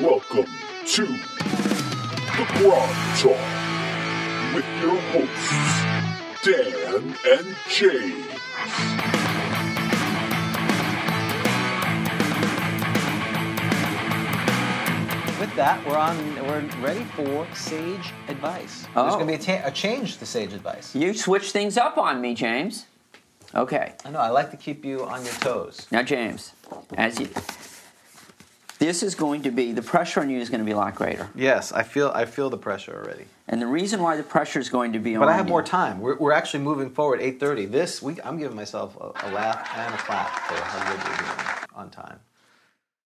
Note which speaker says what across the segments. Speaker 1: Welcome to The Broad Talk with your hosts, Dan and Jay.
Speaker 2: With that, we're on. We're ready for sage advice. There's
Speaker 3: Oh.
Speaker 2: going to be a, ta- a change to sage advice.
Speaker 3: You switch things up on me, James. Okay.
Speaker 2: I know. I like to keep you on your toes.
Speaker 3: Now, James, as you, this is going to be the pressure on you is going to be a lot greater,
Speaker 4: Yes, I feel I feel the pressure already.
Speaker 3: and the reason why the pressure is going to be on
Speaker 4: But I have
Speaker 3: you-
Speaker 4: more time. We're, we're actually moving forward. Eight thirty. This week, I'm giving myself a, a laugh and a clap for how good we're doing on time.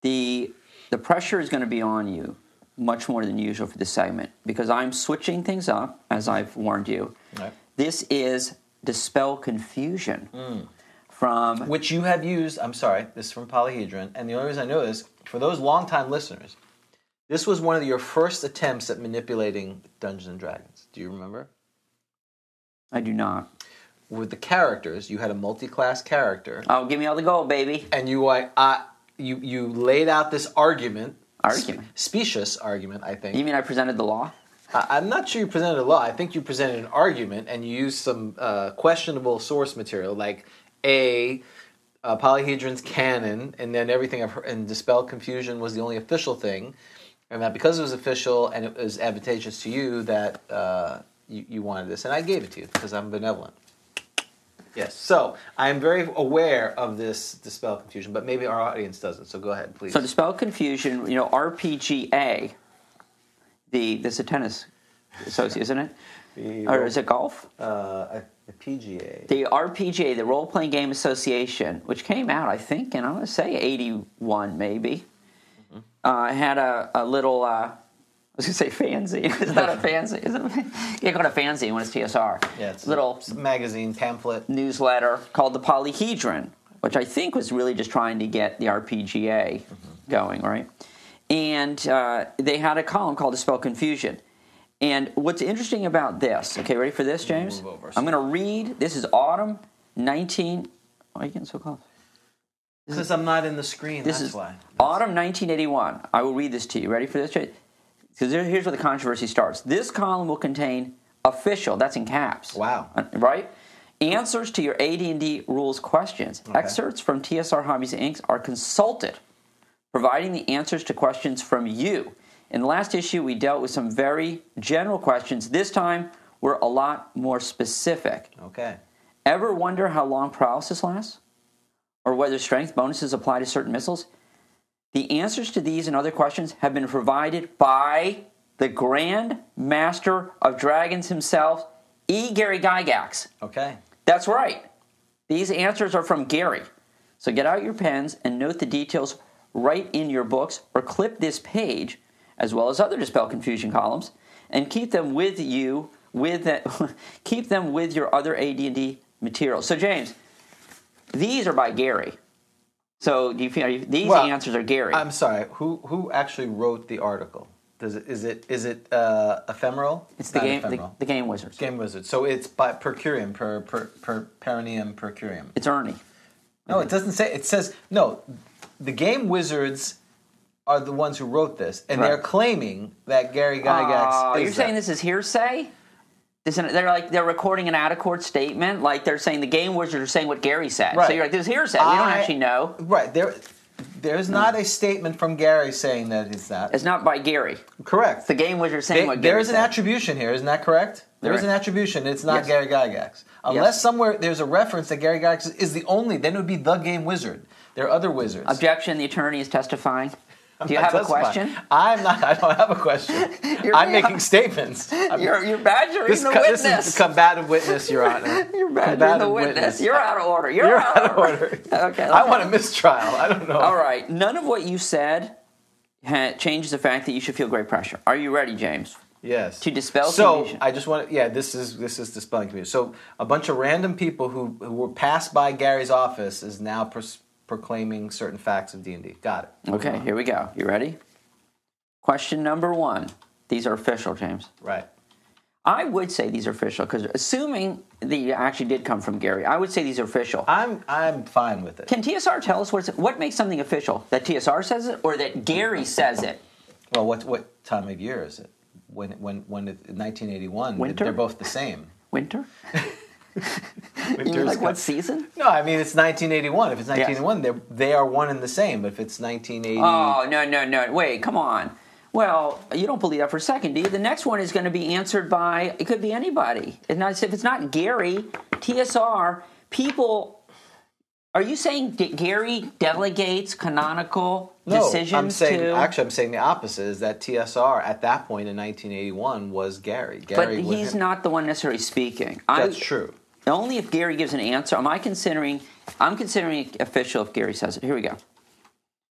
Speaker 3: the the pressure is going to be on you much more than usual for this segment because I'm switching things up as I've warned you.
Speaker 4: Right.
Speaker 3: This is dispel confusion
Speaker 4: Mm.
Speaker 3: from
Speaker 4: Which you have used. I'm sorry. This is from Polyhedron, and the only reason I know this for those longtime listeners, this was one of your first attempts at manipulating Dungeons and Dragons. Do you remember?
Speaker 3: I do not.
Speaker 4: With the characters, you had a multi-class character,
Speaker 3: Oh, give me all the gold, baby.
Speaker 4: and you I, I you you laid out this argument.
Speaker 3: Argument.
Speaker 4: specious argument, I think.
Speaker 3: You mean I presented the law?
Speaker 4: I- I'm not sure you presented a law. I think you presented an argument and you used some uh, questionable source material, like a uh, polyhedron's canon, and then everything I've heard, and dispel confusion was the only official thing, and that because it was official and it was advantageous to you, that uh, you, you wanted this, and I gave it to you because I'm benevolent. Yes. So I am very aware of this dispel confusion, but maybe our audience doesn't. So go ahead, please.
Speaker 3: So to spell confusion, you know, RPGA, the this is a tennis association, isn't it?
Speaker 4: The-
Speaker 3: Or is it golf?
Speaker 4: uh, the PGA.
Speaker 3: The RPGA, the Role Playing Game Association, which came out, I think, and I'm going to say 81 maybe,
Speaker 4: Mm-hmm.
Speaker 3: uh, had a, a little, uh, I was going to say fanzine. it's not a fanzine. Is it? You can't call it a fanzine when it's TSR.
Speaker 4: Yeah, it's a
Speaker 3: little
Speaker 4: magazine pamphlet.
Speaker 3: newsletter called the Polyhedron, which I think was really just trying to get the RPGA
Speaker 4: Mm-hmm.
Speaker 3: going, right? And uh, they had a column called Dispel Confusion. And what's interesting about this, okay, ready for this, James?
Speaker 4: move over.
Speaker 3: I'm going to read. This is autumn 19. Why are you getting so close?
Speaker 4: Because I'm not in the screen.
Speaker 3: This
Speaker 4: that's
Speaker 3: is
Speaker 4: why.
Speaker 3: autumn 1981. I will read this to you. Ready for this? Because here's where the controversy starts. This column will contain official. That's in caps.
Speaker 4: Wow.
Speaker 3: Uh, Right. Answers to your AD&D rules questions. Excerpts from TSR Hobbies Inc. are consulted, providing the answers to questions from you. In the last issue, we dealt with some very general questions. This time, we're a lot more specific.
Speaker 4: Okay.
Speaker 3: Ever wonder how long paralysis lasts? Or whether strength bonuses apply to certain missiles? The answers to these and other questions have been provided by the Grand Master of Dragons himself, E. Gary Gygax.
Speaker 4: Okay.
Speaker 3: That's right. These answers are from Gary. So get out your pens and note the details right in your books or clip this page, as well as other dispel confusion columns, and keep them with you with that, keep them with your other AD&D materials. So James, these are by Gary. So do you feel are you, these
Speaker 4: Well,
Speaker 3: answers are Gary?
Speaker 4: I'm sorry. Who who actually wrote the article? Does it is it is it uh, ephemeral?
Speaker 3: it's the
Speaker 4: Not
Speaker 3: game the,
Speaker 4: Ephemeral.
Speaker 3: the game wizards.
Speaker 4: game wizard. So it's by per curiam per per per perineum per curiam.
Speaker 3: It's Ernie.
Speaker 4: No, it doesn't say. It says no. The game wizards are the ones who wrote this, and
Speaker 3: Right.
Speaker 4: they're claiming that Gary Gygax.
Speaker 3: Oh,
Speaker 4: is
Speaker 3: you're saying
Speaker 4: that.
Speaker 3: this is hearsay? This, they're like they're recording an out of court statement, like they're saying the game wizards are saying what Gary said. So
Speaker 4: Right.
Speaker 3: you're like, this is hearsay. we don't
Speaker 4: I-
Speaker 3: actually know.
Speaker 4: Right. There, There is not a statement from Gary saying that it's that.
Speaker 3: It's not by Gary.
Speaker 4: correct.
Speaker 3: The game was you're saying
Speaker 4: They-
Speaker 3: what Gary
Speaker 4: there is an
Speaker 3: said.
Speaker 4: attribution here, isn't that correct? There is
Speaker 3: There-
Speaker 4: an attribution. It's not
Speaker 3: Yes.
Speaker 4: Gary Gygax. Unless somewhere there's a reference that Gary Gygax is the only, then it would be the game wizard. There are other wizards.
Speaker 3: Objection. The attorney is testifying.
Speaker 4: I'm
Speaker 3: Do you
Speaker 4: not
Speaker 3: have a
Speaker 4: testifying.
Speaker 3: question?
Speaker 4: I'm not. I don't have a question.
Speaker 3: You're
Speaker 4: I'm
Speaker 3: being-
Speaker 4: making statements. I'm-
Speaker 3: You're, you're badgering
Speaker 4: this,
Speaker 3: the
Speaker 4: co-
Speaker 3: witness.
Speaker 4: this is combative witness, Your Honor.
Speaker 3: you're badgering the
Speaker 4: combative
Speaker 3: witness.
Speaker 4: witness.
Speaker 3: You're out of order. You're,
Speaker 4: You're out of order.
Speaker 3: Okay.
Speaker 4: I want a mistrial. I don't know.
Speaker 3: All right. None of what you said ha- changes the fact that you should feel great pressure. Are you ready, James?
Speaker 4: Yes.
Speaker 3: To dispel
Speaker 4: So
Speaker 3: confusion.
Speaker 4: I just want to, yeah, this is this is dispelling confusion. So a bunch of random people who who were passed by Gary's office is now pros- proclaiming certain facts of D and D. Got it.
Speaker 3: Okay. Here we go. You ready? Question number one. These are official, James.
Speaker 4: Right.
Speaker 3: I would say these are official because assuming they actually did come from Gary, I would say these are official.
Speaker 4: I'm I'm fine with it.
Speaker 3: Can TSR tell us what's, what makes something official? That TSR says it or that Gary says it?
Speaker 4: Well, what what time of year is it? When when when it, 1981?
Speaker 3: Winter?
Speaker 4: They're both the same.
Speaker 3: Winter? You mean
Speaker 4: Winter's
Speaker 3: like
Speaker 4: co-
Speaker 3: what season?
Speaker 4: No, I mean it's 1981. If it's 1981, they're they are one and the same. But if it's 1980,
Speaker 3: Oh, no, no, no. Wait, come on. Well, you don't believe that for a second, do you? The next one is going to be answered by, it could be anybody. And I said, if it's not Gary, TSR, people, are you saying that Gary delegates canonical
Speaker 4: no,
Speaker 3: decisions
Speaker 4: I'm saying
Speaker 3: to?
Speaker 4: actually I'm saying the opposite is that TSR at that point in 1981 was Gary.
Speaker 3: but
Speaker 4: Gary was
Speaker 3: he's
Speaker 4: him.
Speaker 3: not the one necessarily speaking.
Speaker 4: That's
Speaker 3: I,
Speaker 4: true.
Speaker 3: Only if Gary gives an answer. Am I considering? I'm considering it official if Gary says it. Here we go.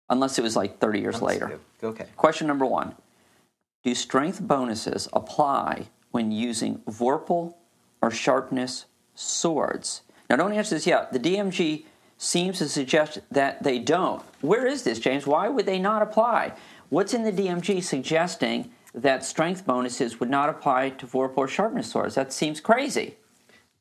Speaker 3: Unless it was like 30 years later.
Speaker 4: Okay.
Speaker 3: Question number one: Do strength bonuses apply when using Vorpal or Sharpness swords? Now, don't answer this yet. The DMG seems to suggest that they don't. Where is this, James? Why would they not apply? What's in the DMG suggesting that strength bonuses would not apply to Vorpal or Sharpness swords? That seems crazy.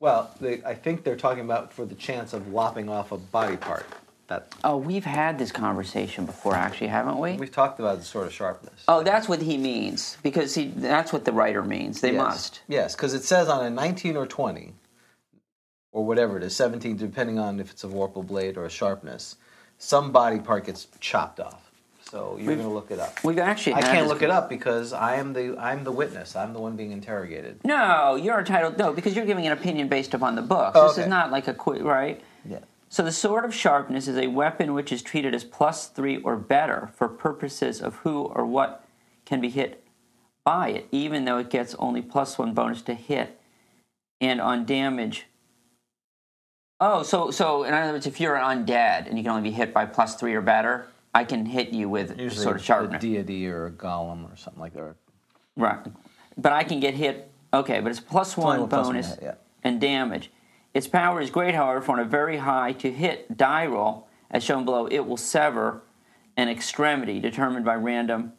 Speaker 4: Well, they, I think they're talking about for the chance of lopping off a body part. That
Speaker 3: Oh, we've had this conversation before, actually, haven't we?
Speaker 4: we've talked about the sort of sharpness.
Speaker 3: oh, that's what he means because he, that's what the writer means. They
Speaker 4: yes.
Speaker 3: must.
Speaker 4: Yes, because it says on a 19 or 20, or whatever it is, 17, depending on if it's a vorpal blade or a sharpness, some body part gets chopped off. So you're going to look it up.
Speaker 3: We've actually.
Speaker 4: I
Speaker 3: had
Speaker 4: can't
Speaker 3: this-
Speaker 4: look it up because I am the I'm the witness. I'm the one being interrogated.
Speaker 3: No, you're entitled. No, because you're giving an opinion based upon the book.
Speaker 4: Oh,
Speaker 3: This is
Speaker 4: okay.
Speaker 3: not like a quick, right?
Speaker 4: Yeah.
Speaker 3: So the sword of sharpness is a weapon which is treated as plus three or better for purposes of who or what can be hit by it, even though it gets only plus one bonus to hit and on damage. Oh, so so in other words, if you're an undead and you can only be hit by plus three or better, I can hit you with the
Speaker 4: Usually
Speaker 3: sword of
Speaker 4: a
Speaker 3: sharpness,
Speaker 4: deity or a golem or something like that. or-
Speaker 3: right? But I can get hit. Okay, but it's plus one
Speaker 4: one plus one
Speaker 3: bonus
Speaker 4: hit, yeah.
Speaker 3: and damage. Its power is great, however, for on a very high to hit die roll, as shown below, it will sever an extremity determined by random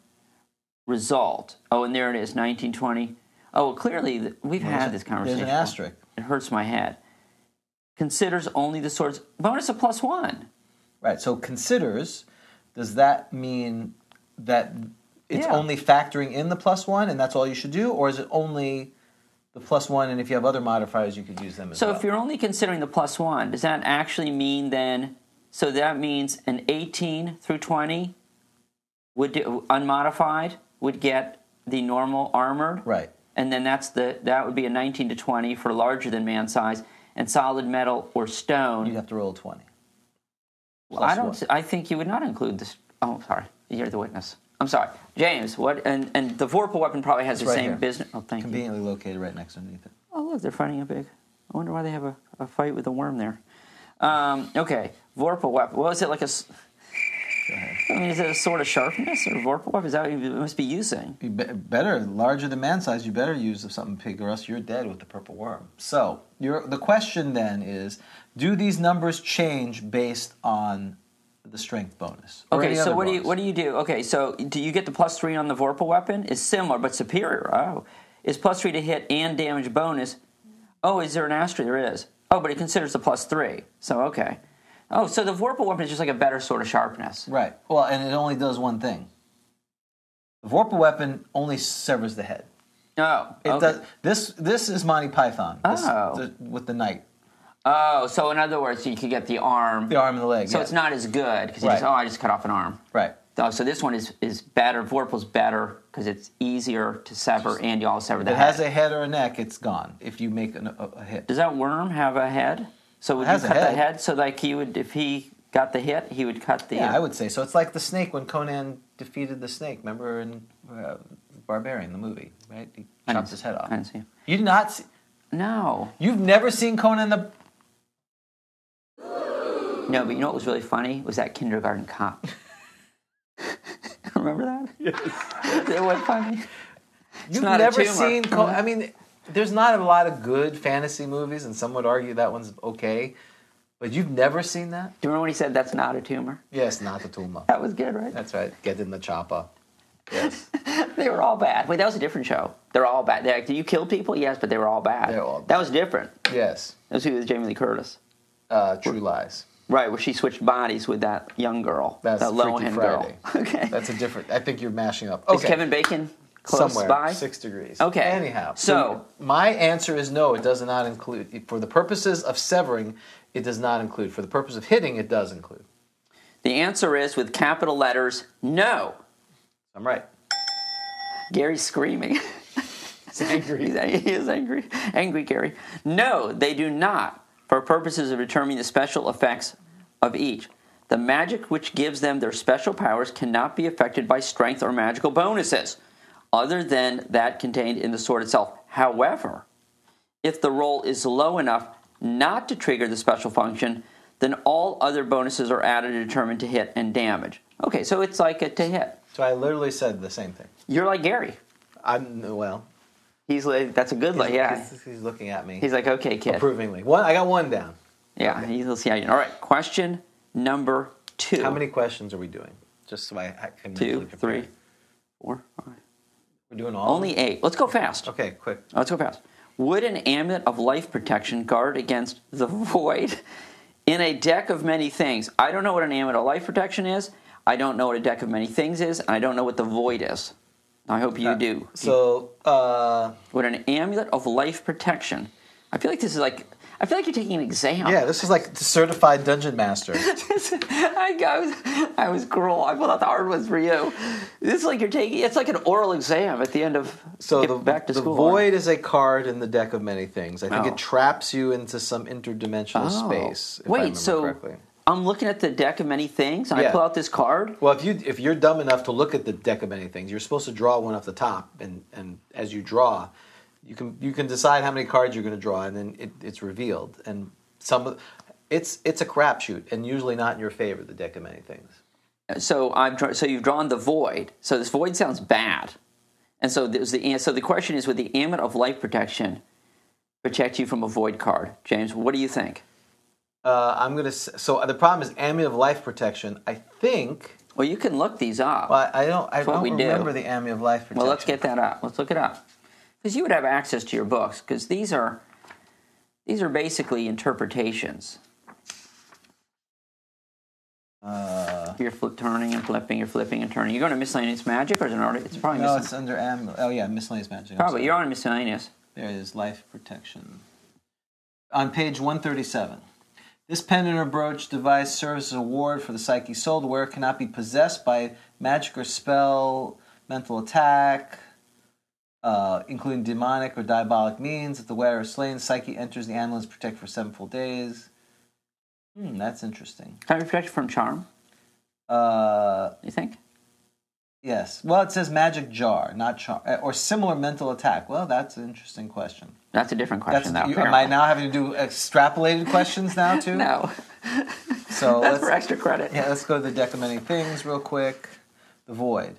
Speaker 3: result. Oh, and there it is, 1920. Oh, well, clearly th- we've had
Speaker 4: There's
Speaker 3: this conversation.
Speaker 4: an asterisk.
Speaker 3: It hurts my head. Considers only the swords bonus of plus one.
Speaker 4: Right. So considers, does that mean that it's
Speaker 3: Yeah.
Speaker 4: only factoring in the plus one and that's all you should do? Or is it only the plus one and if you have other modifiers, you could use them as
Speaker 3: So
Speaker 4: well?
Speaker 3: if you're only considering the plus one, does that actually mean then? So that means an 18 through 20 would do, unmodified would get the normal armored,
Speaker 4: Right.
Speaker 3: And then that's the that would be a 19 to 20 for larger than man size and solid metal or
Speaker 4: You'd
Speaker 3: stone.
Speaker 4: have to roll a 20.
Speaker 3: Well,
Speaker 4: plus
Speaker 3: I don't.
Speaker 4: one.
Speaker 3: I think you would not include this. Oh, sorry. You're the witness. I'm sorry, James. What and and the vorpal weapon probably has the
Speaker 4: right
Speaker 3: same
Speaker 4: here.
Speaker 3: business. Oh, thank you.
Speaker 4: Conveniently located right next underneath it.
Speaker 3: Oh, look, they're fighting a big. I wonder why they have a, a fight with a worm there. Um, okay, Vorpal weapon. What is it like a? s- I mean, is it a sword of sharpness or Vorpal weapon? Is that what you must be using?
Speaker 4: You be- better, larger than man size, you better use something big or else you're dead with the purple worm. So your the question then is do these numbers change based on the strength bonus? or
Speaker 3: Okay,
Speaker 4: any
Speaker 3: so
Speaker 4: other
Speaker 3: what do you
Speaker 4: bonus?
Speaker 3: what do you do? Okay, so do you get the plus three on the Vorpal weapon? It's similar but superior. Oh, is plus three to hit and damage bonus? Oh, is there an asterisk? There is. Oh, but it considers the plus three. So okay. Oh, so the Vorpal weapon is just like a better sword of sharpness.
Speaker 4: Right. Well, and it only does one thing. The Vorpal weapon only severs the head.
Speaker 3: No.
Speaker 4: It
Speaker 3: Oh, okay.
Speaker 4: does, this this is Monty Python. This,
Speaker 3: Oh.
Speaker 4: the- with the knight.
Speaker 3: Oh, so in other words, you could get the arm.
Speaker 4: The arm and the leg.
Speaker 3: So
Speaker 4: yeah.
Speaker 3: it's not as good because
Speaker 4: Right.
Speaker 3: just oh I just cut off an arm.
Speaker 4: Right.
Speaker 3: Oh, so this one is is better. Vorpal's better because it's easier to sever, and you all sever the
Speaker 4: If it
Speaker 3: head.
Speaker 4: has a head or a neck, it's gone if you make an, a, a hit.
Speaker 3: Does that worm have a head? So would you
Speaker 4: has a
Speaker 3: cut the
Speaker 4: head.
Speaker 3: head? So like he would, if he got the hit, he would cut the.
Speaker 4: Yeah, I would say so. It's like the snake when Conan defeated the snake. Remember in uh, Barbarian, the movie, right? He
Speaker 3: I didn't
Speaker 4: chopped his
Speaker 3: see-
Speaker 4: head off.
Speaker 3: I didn't see it.
Speaker 4: You did not. See,
Speaker 3: No,
Speaker 4: you've never seen Conan the.
Speaker 3: no. But you know what was really funny was that kindergarten cop. Remember that? Yes. it was funny.
Speaker 4: You've
Speaker 3: not a
Speaker 4: never
Speaker 3: tumor. Mm-hmm.
Speaker 4: seen Conan. I mean, there's not a lot of good fantasy movies, and some would argue that one's okay. But you've never seen that?
Speaker 3: Do you remember when he said that's not a tumor?
Speaker 4: Yes, not the Tuma.
Speaker 3: That was good, right?
Speaker 4: That's right. Get in the chopper. Yes,
Speaker 3: They were all bad. Wait, that was a different show. They're all bad. They're like, do you kill people? Yes, but they were all bad.
Speaker 4: They're all
Speaker 3: That was different.
Speaker 4: yes.
Speaker 3: That was who was Jamie Lee Curtis.
Speaker 4: Uh, True Lies.
Speaker 3: Right, where she switched bodies with that young girl,
Speaker 4: That's
Speaker 3: that
Speaker 4: Freaky
Speaker 3: Lohan
Speaker 4: Friday.
Speaker 3: girl. Okay.
Speaker 4: That's a different. I think you're mashing up.
Speaker 3: Is Kevin Bacon close
Speaker 4: somewhere
Speaker 3: by?
Speaker 4: six degrees.
Speaker 3: Okay.
Speaker 4: Anyhow,
Speaker 3: So-
Speaker 4: my answer is no. It does not include for the purposes of severing. It does not include for the purpose of hitting. It does include.
Speaker 3: The answer is with capital letters, no.
Speaker 4: I'm right.
Speaker 3: Gary's screaming.
Speaker 4: It's angry.
Speaker 3: He's ang- he is angry. Angry Gary. No, they do not, for purposes of determining the special effects of each. The magic which gives them their special powers cannot be affected by strength or magical bonuses, other than that contained in the sword itself. However, if the roll is low enough not to trigger the special function, then all other bonuses are added to determine to hit and damage. Okay, so it's like a to hit.
Speaker 4: So I literally said the same thing.
Speaker 3: You're like Gary.
Speaker 4: I'm well.
Speaker 3: He's like, that's a good, like, yeah.
Speaker 4: He's, he's looking at me
Speaker 3: He's like, okay, kid.
Speaker 4: approvingly. One. I got one down.
Speaker 3: Yeah, he'll see how you. All right, question number two.
Speaker 4: How many questions are we doing? Just so I, I can
Speaker 3: Two,
Speaker 4: mentally prepare.
Speaker 3: three, four, five.
Speaker 4: We're doing all.
Speaker 3: Only eight. Let's go fast.
Speaker 4: Okay, quick.
Speaker 3: Let's go fast. Would an amulet of life protection guard against the void in a deck of many things? I don't know what an amulet of life protection is. I don't know what a deck of many things is. And I don't know what the void is. I hope you do.
Speaker 4: Uh, So uh,
Speaker 3: Would an amulet of life protection? I feel like this is like. I feel like you're taking an exam.
Speaker 4: yeah, this is like the certified dungeon master.
Speaker 3: I, I was, I was cruel. I pulled out the hard ones for you. This is like you're taking. It's like an oral exam at the end of
Speaker 4: So
Speaker 3: get
Speaker 4: the,
Speaker 3: back to
Speaker 4: the
Speaker 3: school.
Speaker 4: void is a card in the deck of many things. I think
Speaker 3: Oh.
Speaker 4: it traps you into some interdimensional
Speaker 3: Oh.
Speaker 4: space. If I
Speaker 3: Wait,
Speaker 4: remember
Speaker 3: so
Speaker 4: correctly.
Speaker 3: I'm looking at the deck of many things, and I
Speaker 4: Yeah.
Speaker 3: pull out this card.
Speaker 4: well, if you if you're dumb enough to look at the deck of many things, you're supposed to draw one off the top, and and as you draw, you can you can decide how many cards you're going to draw, and then it, it's revealed. And some of- it's it's a crapshoot, and usually not in your favor. The deck of many things.
Speaker 3: So I'm dra- so you've drawn the void. So this void sounds bad, and so there's the so the question is: Would the amulet of life protection protect you from a void card, James? What do you think?
Speaker 4: Uh, I'm gonna s- so the problem is amulet of life protection. I think
Speaker 3: Well, you can look these up.
Speaker 4: well, I don't I
Speaker 3: what
Speaker 4: don't
Speaker 3: we do.
Speaker 4: remember the amulet of life protection.
Speaker 3: Well, let's get that up. Let's look it up because you would have access to your books because these are these are basically interpretations.
Speaker 4: Uh.
Speaker 3: you're flip, turning and flipping. You're flipping and turning. You're going to miscellaneous magic or is it already? It's probably
Speaker 4: No,
Speaker 3: miscellaneous.
Speaker 4: it's under am. Oh yeah, miscellaneous magic. I'm
Speaker 3: probably
Speaker 4: sorry.
Speaker 3: you're on miscellaneous.
Speaker 4: There it is life protection. On page one thirty-seven, this pendant or brooch device serves as a ward for the psyche soul. The wearer cannot be possessed by magic or spell, mental attack, uh, including demonic or diabolic means. If the wearer is slain, psyche enters the amulet is protected for seven full days. Hmm, that's interesting.
Speaker 3: Can I be protected from charm?
Speaker 4: Uh,
Speaker 3: You think?
Speaker 4: Yes. Well, it says magic jar, not char, eh, or similar mental attack. Well, that's an interesting question.
Speaker 3: That's a different
Speaker 4: That's,
Speaker 3: question.
Speaker 4: you-
Speaker 3: though,
Speaker 4: am I now having to do extrapolated questions now too?
Speaker 3: No,
Speaker 4: So
Speaker 3: that's
Speaker 4: let's
Speaker 3: for extra credit.
Speaker 4: yeah, let's go to the deck of many things real quick. The void.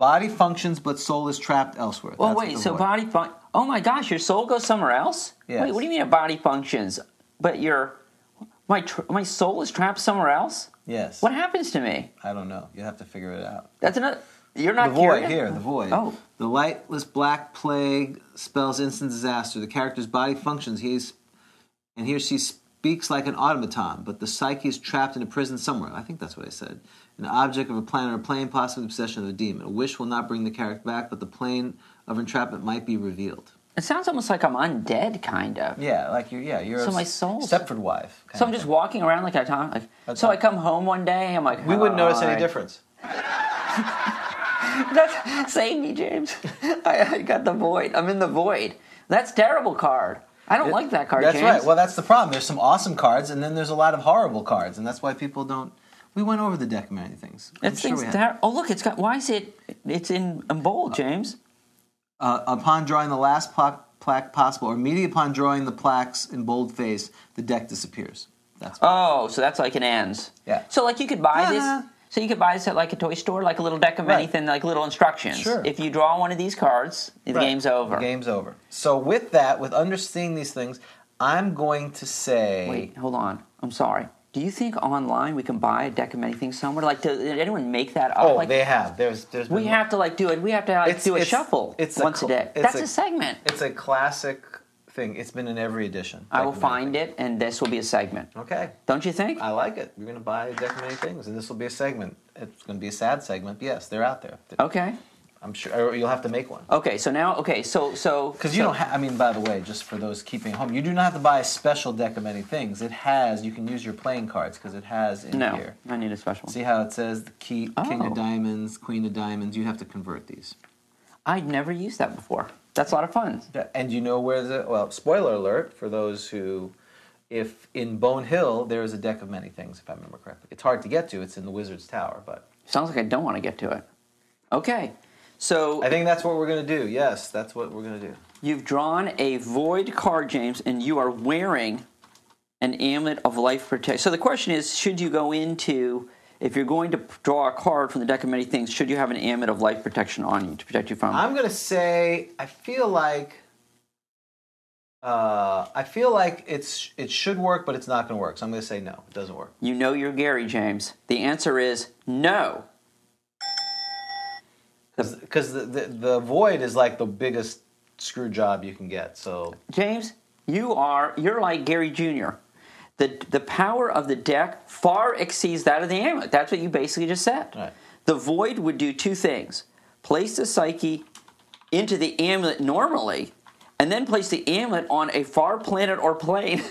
Speaker 4: Body functions, but soul is trapped elsewhere.
Speaker 3: Well,
Speaker 4: That's what
Speaker 3: wait.
Speaker 4: the
Speaker 3: So
Speaker 4: void-
Speaker 3: body fun- Oh my gosh, your soul goes somewhere else.
Speaker 4: Yes.
Speaker 3: Wait, what do you mean a body functions? But your my tr- my soul is trapped somewhere else.
Speaker 4: Yes.
Speaker 3: What happens to me?
Speaker 4: I don't know. You have to figure it out.
Speaker 3: That's another. You're not
Speaker 4: the void
Speaker 3: curious?
Speaker 4: here. The void.
Speaker 3: Oh.
Speaker 4: The lightless black plague spells instant disaster. The character's body functions. He's and he or she speaks like an automaton, but the psyche is trapped in a prison somewhere. I think that's what I said. An object of a planet or plane, possibly the possession of a demon. A wish will not bring the character back, but the plane of entrapment might be revealed.
Speaker 3: It sounds almost like I'm undead, kind of.
Speaker 4: Yeah, like you. Yeah, you're
Speaker 3: So
Speaker 4: a
Speaker 3: my soul's-
Speaker 4: Stepford wife. kind
Speaker 3: So I'm
Speaker 4: of
Speaker 3: just walking around like I talk. Like, so I come home one day. I'm like,
Speaker 5: We wouldn't notice
Speaker 3: "Hi."
Speaker 5: any difference.
Speaker 3: That's save me, James. I, I got the void. I'm in the void. That's terrible card. I don't like that card,
Speaker 4: That's
Speaker 3: James.
Speaker 4: right. Well, that's the problem. There's some awesome cards, and then there's a lot of horrible cards, and that's why people don't. We went over the deck of many things. I'm
Speaker 3: That
Speaker 4: sure
Speaker 3: thing's
Speaker 4: we had.
Speaker 3: ter- oh look, it's got. Why is it? It's in, in bold, James.
Speaker 4: uh, upon drawing the last pla- plaque possible, or immediately upon drawing the plaques in boldface, the deck disappears. That's why.
Speaker 3: Oh, so that's like an ends.
Speaker 4: Yeah.
Speaker 3: So like you could buy
Speaker 4: Uh-huh.
Speaker 3: this. So you could buy this at like a toy store, like a little deck of
Speaker 4: Right.
Speaker 3: anything, like little instructions.
Speaker 4: Sure.
Speaker 3: If you draw one of these cards, the
Speaker 4: Right.
Speaker 3: game's over.
Speaker 4: The game's over. So with that, with understanding these things, I'm going to say.
Speaker 3: Wait, hold on. I'm sorry. Do you think online we can buy a deck of many things somewhere? Like, does, did anyone make that up?
Speaker 4: Oh,
Speaker 3: like,
Speaker 4: they have. There's, there's.
Speaker 3: we
Speaker 4: been-
Speaker 3: have to like do it. We have to like
Speaker 4: It's-
Speaker 3: do a
Speaker 4: it's-
Speaker 3: shuffle
Speaker 4: it's a
Speaker 3: once a,
Speaker 4: cl-
Speaker 3: day.
Speaker 4: it's
Speaker 3: That's
Speaker 4: a-
Speaker 3: a, segment.
Speaker 4: It's a classic thing. It's been in every edition.
Speaker 3: I will find it, and this will be a segment.
Speaker 4: Okay.
Speaker 3: Don't you think?
Speaker 4: I like it. You're going to buy a deck of many things, and this will be a segment. It's going to be a sad segment. But yes, they're out there.
Speaker 3: okay.
Speaker 4: I'm sure or you'll have to make one.
Speaker 3: Okay. So now, okay. So so
Speaker 4: Because you don't have, I mean, by the way, just for those keeping at home, you do not have to buy a special deck of many things. It has, you can use your playing cards because it has in
Speaker 3: No,
Speaker 4: here.
Speaker 3: I need a special. one.
Speaker 4: See how it says the key, King
Speaker 3: Oh.
Speaker 4: of Diamonds, Queen of Diamonds? You have to convert these.
Speaker 3: I'd never used that before. That's a lot of fun.
Speaker 4: Yeah, And you know where the, well, spoiler alert for those who, if in Bone Hill, there is a deck of many things, if I remember correctly. It's hard to get to, it's in the Wizard's Tower, but
Speaker 3: Sounds like I don't want to get to it. Okay. So
Speaker 4: I think that's what we're going to do. Yes, that's what we're going to do.
Speaker 3: You've drawn a void card, James, and you are wearing an amulet of life protection. So the question is, should you go into if you're going to p- draw a card from the deck of many things, should you have an amulet of life protection on you to protect you from?
Speaker 4: I'm gonna say I feel like uh, I feel like it's it should work, but it's not gonna work. So I'm gonna say no, it doesn't work.
Speaker 3: you know you're Gary James. The answer is no.
Speaker 4: Because the, the the void is like the biggest screw job you can get. So
Speaker 3: James, you are you're like Gary Jr. The the power of the deck far exceeds that of the amulet. That's what you basically just said.
Speaker 4: Right.
Speaker 3: The void would do two things: place the psyche into the amulet normally, and then place the amulet on a far planet or plane.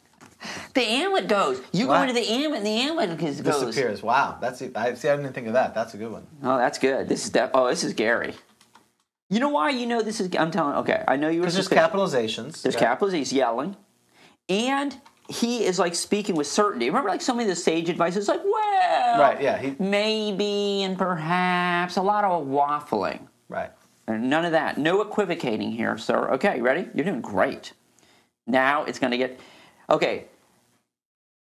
Speaker 3: the amulet goes. You
Speaker 4: Wow.
Speaker 3: go into the amulet, and the amulet goes.
Speaker 4: disappears. Wow, that's it. I see. I didn't think of that. That's a good one.
Speaker 3: Oh, that's good. This is that. Oh, this is Gary. You know why you know this is? I'm telling. Okay, I know you were
Speaker 4: There's just
Speaker 3: suspicious.
Speaker 4: capitalizations.
Speaker 3: There's
Speaker 4: Yeah.
Speaker 3: capitals. He's yelling, and he is like speaking with certainty. Remember, like so many of the sage advice is like, well,
Speaker 4: Right, yeah, he-
Speaker 3: maybe and perhaps, a lot of waffling.
Speaker 4: Right.
Speaker 3: And None of that. No equivocating here, sir. Okay, you ready? You're doing great. Now it's going to get okay.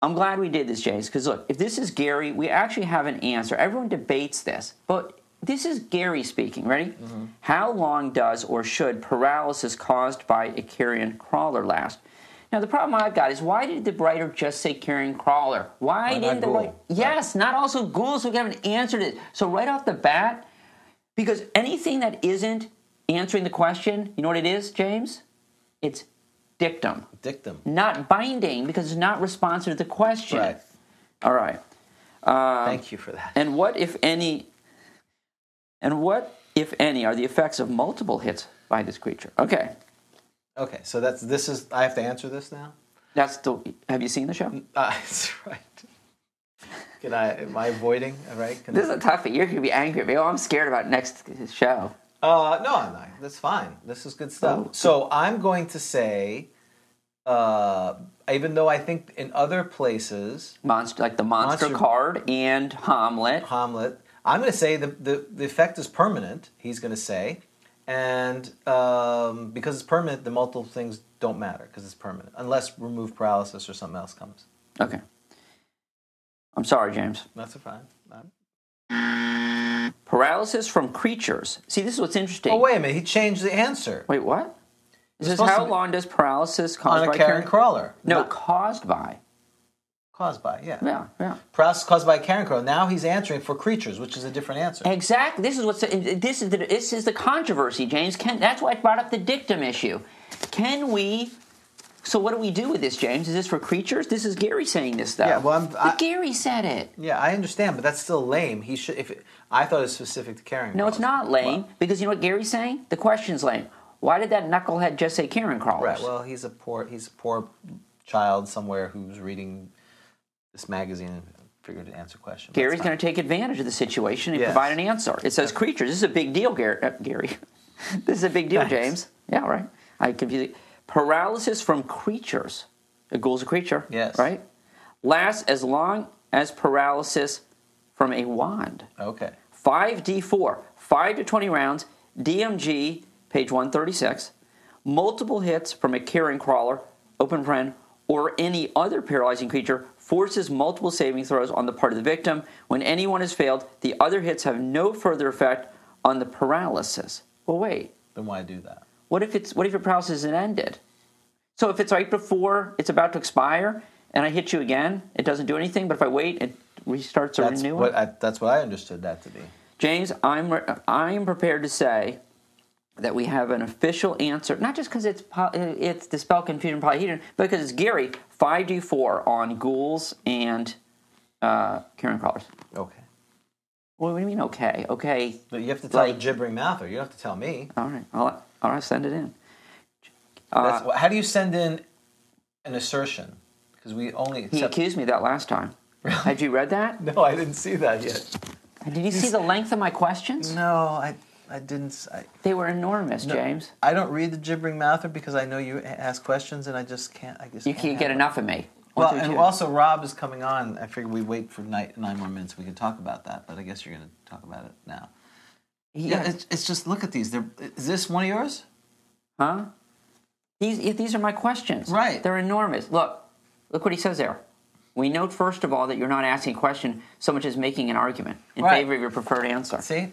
Speaker 3: I'm glad we did this, James, because look, if this is Gary, we actually have an answer. Everyone debates this, but this is Gary speaking. Ready? How long does or should paralysis caused by a carrion crawler last? Now, the problem I've got is why did the writer just say carrion crawler? Why,
Speaker 4: not
Speaker 3: didn't the
Speaker 4: ghoul?
Speaker 3: writer? Yes, not also ghouls. So we have an answer to it. So right off the bat, because anything that isn't answering the question, you know what it is, James? It's dictum
Speaker 4: Dictum.
Speaker 3: not binding because it's not responsive to the question.
Speaker 4: Right.
Speaker 3: All right.
Speaker 4: Thank you for that.
Speaker 3: And what if any? And what if any are the effects of multiple hits by this creature? Okay,
Speaker 4: Okay, so that's this is. I have to answer this now.
Speaker 3: that's the. Have you seen the show?
Speaker 4: Uh, that's right. Can I? Am I avoiding? All right. Can
Speaker 3: This is
Speaker 4: I,
Speaker 3: a toughie. You're gonna be angry at me. Oh, I'm scared about next show.
Speaker 4: Uh, no, I'm not. That's fine. This is good stuff.
Speaker 3: Oh.
Speaker 4: So I'm going to say, uh, even though I think in other places,
Speaker 3: Monster, like the monster,
Speaker 4: Monster-
Speaker 3: card and Hamlet.
Speaker 4: Hamlet, I'm going to say the, the, the effect is permanent, he's going to say. And um, because it's permanent, the multiple things don't matter because it's permanent, unless remove paralysis or something else comes.
Speaker 3: Okay. I'm sorry, James.
Speaker 4: That's fine. I'm-
Speaker 3: Paralysis from creatures. See, this is what's interesting.
Speaker 4: Oh, wait a minute. He changed the answer
Speaker 3: Wait, what? This is
Speaker 4: supposed
Speaker 3: how
Speaker 4: to be-
Speaker 3: long does paralysis caused
Speaker 4: on a
Speaker 3: by
Speaker 4: Karen
Speaker 3: carrying-
Speaker 4: crawler.
Speaker 3: Oh, No,
Speaker 4: Not
Speaker 3: caused by.
Speaker 4: caused by, yeah.
Speaker 3: Yeah, yeah.
Speaker 4: Paralysis caused by a Karen crawler. Now he's answering for creatures, which is a different answer.
Speaker 3: Exactly. This is what's this is the this is the controversy, James. Can that's why I brought up the dictum issue. Can we? So what do we do with this, James? Is this for creatures? This is Gary saying this though.
Speaker 4: Yeah, well, I'm-
Speaker 3: But
Speaker 4: I-
Speaker 3: Gary said it.
Speaker 4: Yeah, I understand, but that's still lame. He should. If it, I thought it was specific to carrying.
Speaker 3: No, it's
Speaker 4: cross.
Speaker 3: not lame because you know what Gary's saying. The question's lame. Why did that knucklehead just say Karen crawlers?
Speaker 4: Right. Well, he's a poor he's a poor child somewhere who's reading this magazine and figured to answer questions.
Speaker 3: Gary's going to take advantage of the situation and
Speaker 4: Yes.
Speaker 3: provide an answer. It says creatures. This is a big deal, Gary. Uh, Gary. this is a big deal, James. Yeah, right. I confuse it. Paralysis from creatures. A ghoul's a creature.
Speaker 4: Yes.
Speaker 3: Right? Lasts as long as paralysis from a wand.
Speaker 4: Okay.
Speaker 3: 5d4, 5 to 20 rounds, DMG, page 136. Multiple hits from a Karen crawler, open friend, or any other paralyzing creature forces multiple saving throws on the part of the victim. When anyone has failed, the other hits have no further effect on the paralysis. Well, wait.
Speaker 4: Then why do that?
Speaker 3: What if it's what if your paralysis isn't ended? So if it's right before it's about to expire and I hit you again, it doesn't do anything. But if I wait, it restarts a
Speaker 4: That's
Speaker 3: new one.
Speaker 4: what I, that's what I understood that to be.
Speaker 3: James, I'm I'm prepared to say that we have an official answer, not just because it's po- it's the spell confusion polyhedron, but because it's Gary five d four on ghouls and uh, Karen crawlers.
Speaker 4: Okay.
Speaker 3: What do you mean? Okay, okay.
Speaker 4: But you have to tell
Speaker 3: Like-
Speaker 4: the gibbering mouther. You don't have to tell me.
Speaker 3: All right, I'll, all right. Send it in. Uh,
Speaker 4: That's, how do you send in an assertion? Because we only
Speaker 3: He
Speaker 4: accept.
Speaker 3: accused me that last time. Had you read that?
Speaker 4: No, I didn't see that yet.
Speaker 3: Did you see the length of my questions?
Speaker 4: No, I, I didn't. s- I,
Speaker 3: They were enormous, James.
Speaker 4: I don't read the gibbering mouther because I know you a- ask questions and I just can't. I just
Speaker 3: You can't get
Speaker 4: handle it.
Speaker 3: enough of me. One
Speaker 4: Well,
Speaker 3: through
Speaker 4: and
Speaker 3: two.
Speaker 4: also Rob is coming on. I figured we wait for nine, nine more minutes. We can talk about that, but I guess you're going to talk about it now. Yeah, it's, it's just look at these. They're, is this one of yours?
Speaker 3: Huh? These yeah, these are my questions.
Speaker 4: Right.
Speaker 3: They're enormous. Look, look what he says there. We note first of all that you're not asking a question so much as making an argument in
Speaker 4: Right.
Speaker 3: favor of your preferred answer.
Speaker 4: See,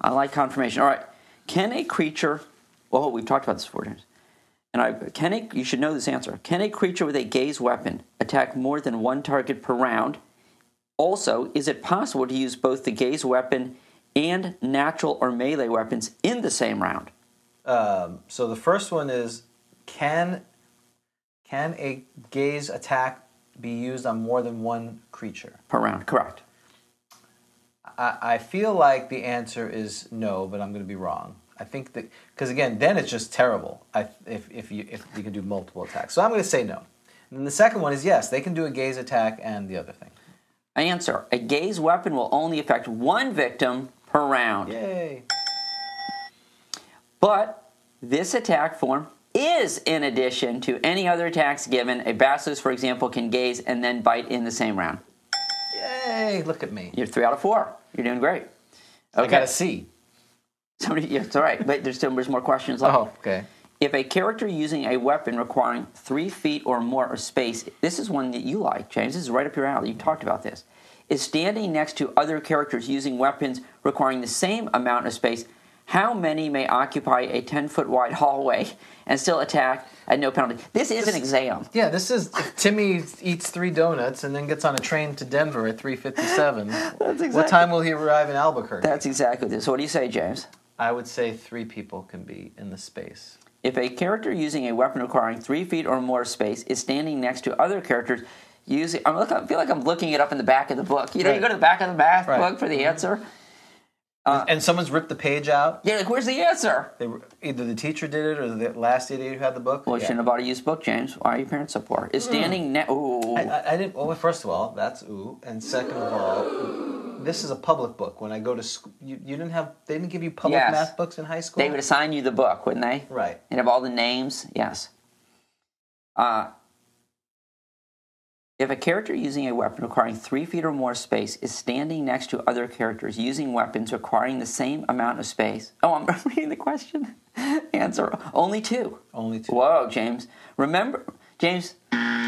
Speaker 3: I like confirmation. All right. Can a creature? Oh, we've talked about this before, James. And I can a, you should know this answer. Can a creature with a gaze weapon attack more than one target per round? Also, is it possible to use both the gaze weapon and natural or melee weapons in the same round?
Speaker 4: Um, so the first one is can can a gaze attack be used on more than one creature?
Speaker 3: Per round, correct.
Speaker 4: I, I feel like the answer is no, but I'm going to be wrong. I think that because again, then it's just terrible. I, if if you if you can do multiple attacks, so I'm going to say no. And then the second one is yes, they can do a gaze attack and the other thing.
Speaker 3: Answer A gaze weapon will only affect one victim per round.
Speaker 4: Yay!
Speaker 3: But this attack form is in addition to any other attacks given. A basilisk, for example, can gaze and then bite in the same round.
Speaker 4: Yay! Look at me.
Speaker 3: You're three out of four. You're doing great.
Speaker 4: I got a C.
Speaker 3: Somebody, yeah, it's all right, but there's still there's more questions left.
Speaker 4: Oh, okay.
Speaker 3: If a character using a weapon requiring three feet or more of space, this is one that you like, James. This is right up your alley. You talked about this. Is standing next to other characters using weapons requiring the same amount of space. How many may occupy a 10 foot wide hallway and still attack at no penalty? This is an exam.
Speaker 4: Yeah, this is Timmy eats three donuts and then gets on a train to Denver at three fifty-seven. What
Speaker 3: exactly-
Speaker 4: time will he arrive in Albuquerque?
Speaker 3: That's exactly this. So, what do you say, James?
Speaker 4: I would say three people can be in the space.
Speaker 3: If a character using a weapon requiring three feet or more space is standing next to other characters using, I'm look, I feel like I'm looking it up in the back of the book. You know, you
Speaker 4: Right.
Speaker 3: go to the back of the math
Speaker 4: Right.
Speaker 3: book for the answer.
Speaker 4: and someone's ripped the page out.
Speaker 3: Yeah, like where's the answer?
Speaker 4: They were, either the teacher did it or the last idiot who had the book.
Speaker 3: Well, you
Speaker 4: Yeah. Mm.
Speaker 3: shouldn't have bought a used book, James. Why are your parents so poor? Is standing ne- ooh,
Speaker 4: I, I didn't. Well, first of all, that's ooh, and second of all, this is a public book. When I go to school, you, you didn't have. They didn't give you public
Speaker 3: Yes.
Speaker 4: math books in high school.
Speaker 3: they would assign you the book, wouldn't they?
Speaker 4: right.
Speaker 3: And of all the names, yes. Uh, if a character using a weapon requiring three feet or more space is standing next to other characters using weapons requiring the same amount of space. Oh, I'm reading the question. Answer only two.
Speaker 4: Only two.
Speaker 3: Whoa, James. Remember, James,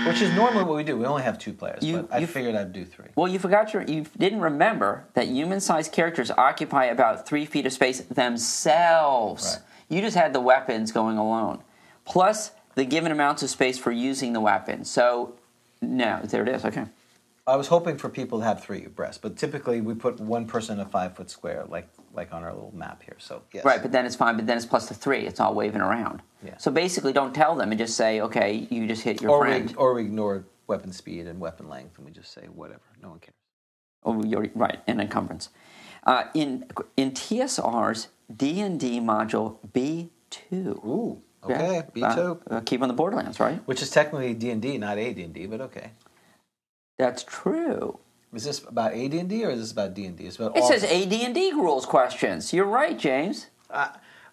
Speaker 4: Which is normally what we do. We only have two players.
Speaker 3: You-
Speaker 4: but I
Speaker 3: you-
Speaker 4: figured I'd do three.
Speaker 3: Well, you forgot your, you didn't remember that human-sized characters occupy about three feet of space themselves.
Speaker 4: Right.
Speaker 3: You just had the weapons going alone, plus the given amounts of space for using the weapon. So, no, there it is. Okay.
Speaker 4: I was hoping for people to have three abreast, but typically we put one person in a five foot square, like like on our little map here. So yes.
Speaker 3: Right, but then it's fine. But then it's plus the three. It's all waving around.
Speaker 4: Yeah.
Speaker 3: So basically, don't tell them and just say, okay, you just hit your
Speaker 4: or
Speaker 3: friend.
Speaker 4: we, or we ignore weapon speed and weapon length, and we just say whatever. No one cares.
Speaker 3: Oh, you're right, an encumbrance. Uh, in in TSR's D and D module B two.
Speaker 4: Ooh, okay,
Speaker 3: Yeah.
Speaker 4: B2.
Speaker 3: Uh, uh, keep on the borderlands, right?
Speaker 4: Which is technically D&D, not AD&D, but okay.
Speaker 3: That's true.
Speaker 4: Is this about AD&D or is this about D&D? It's about
Speaker 3: It
Speaker 4: all
Speaker 3: says AD&D rules questions. You're right, James.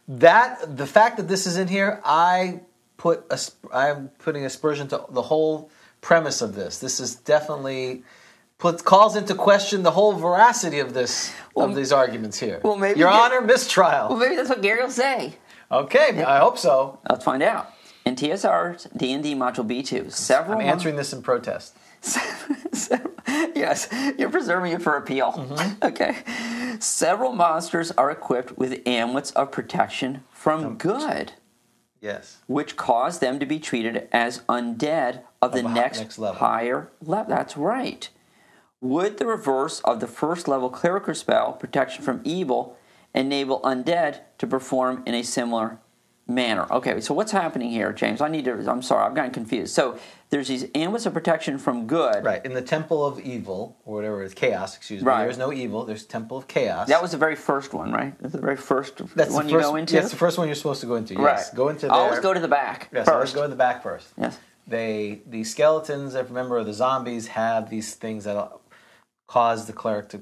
Speaker 4: that the fact that this is in here, I put a, I'm putting aspersion to the whole premise of this. This is definitely puts calls into question the whole veracity of this of these arguments here.
Speaker 3: well, maybe
Speaker 4: Your
Speaker 3: you-
Speaker 4: Honor, mistrial.
Speaker 3: Well, maybe that's what Gary will say.
Speaker 4: okay, I hope so.
Speaker 3: Let's find out. In TSR's D&D Module B2, several...
Speaker 4: I'm
Speaker 3: mon-
Speaker 4: answering this in protest.
Speaker 3: yes, you're preserving it for appeal. Mm-hmm. Okay. Several monsters are equipped with amulets of protection from good,
Speaker 4: Yes.
Speaker 3: which cause them to be treated as undead of the
Speaker 4: Of a hi-
Speaker 3: next,
Speaker 4: next level.
Speaker 3: higher level. That's right. Would the reverse of the first level cleric spell, protection from evil, enable undead to perform in a similar manner? Okay, so what's happening here, James? I need to. I'm sorry, I've gotten confused. So there's these amulets of protection from good.
Speaker 4: Right. In the temple of evil, or whatever it is, chaos, excuse me.
Speaker 3: Right.
Speaker 4: There is no evil, there's temple of chaos.
Speaker 3: That was the very first one, right? That's the very first
Speaker 4: that's
Speaker 3: one
Speaker 4: the
Speaker 3: you
Speaker 4: first,
Speaker 3: go into.
Speaker 4: That's the first one you're supposed to go into. Yes.
Speaker 3: Right.
Speaker 4: Go into there.
Speaker 3: Always go to the back
Speaker 4: Yes,
Speaker 3: first.
Speaker 4: always go to the back first.
Speaker 3: Yes.
Speaker 4: They the skeletons, if remember, the zombies have these things that uh, cause the cleric to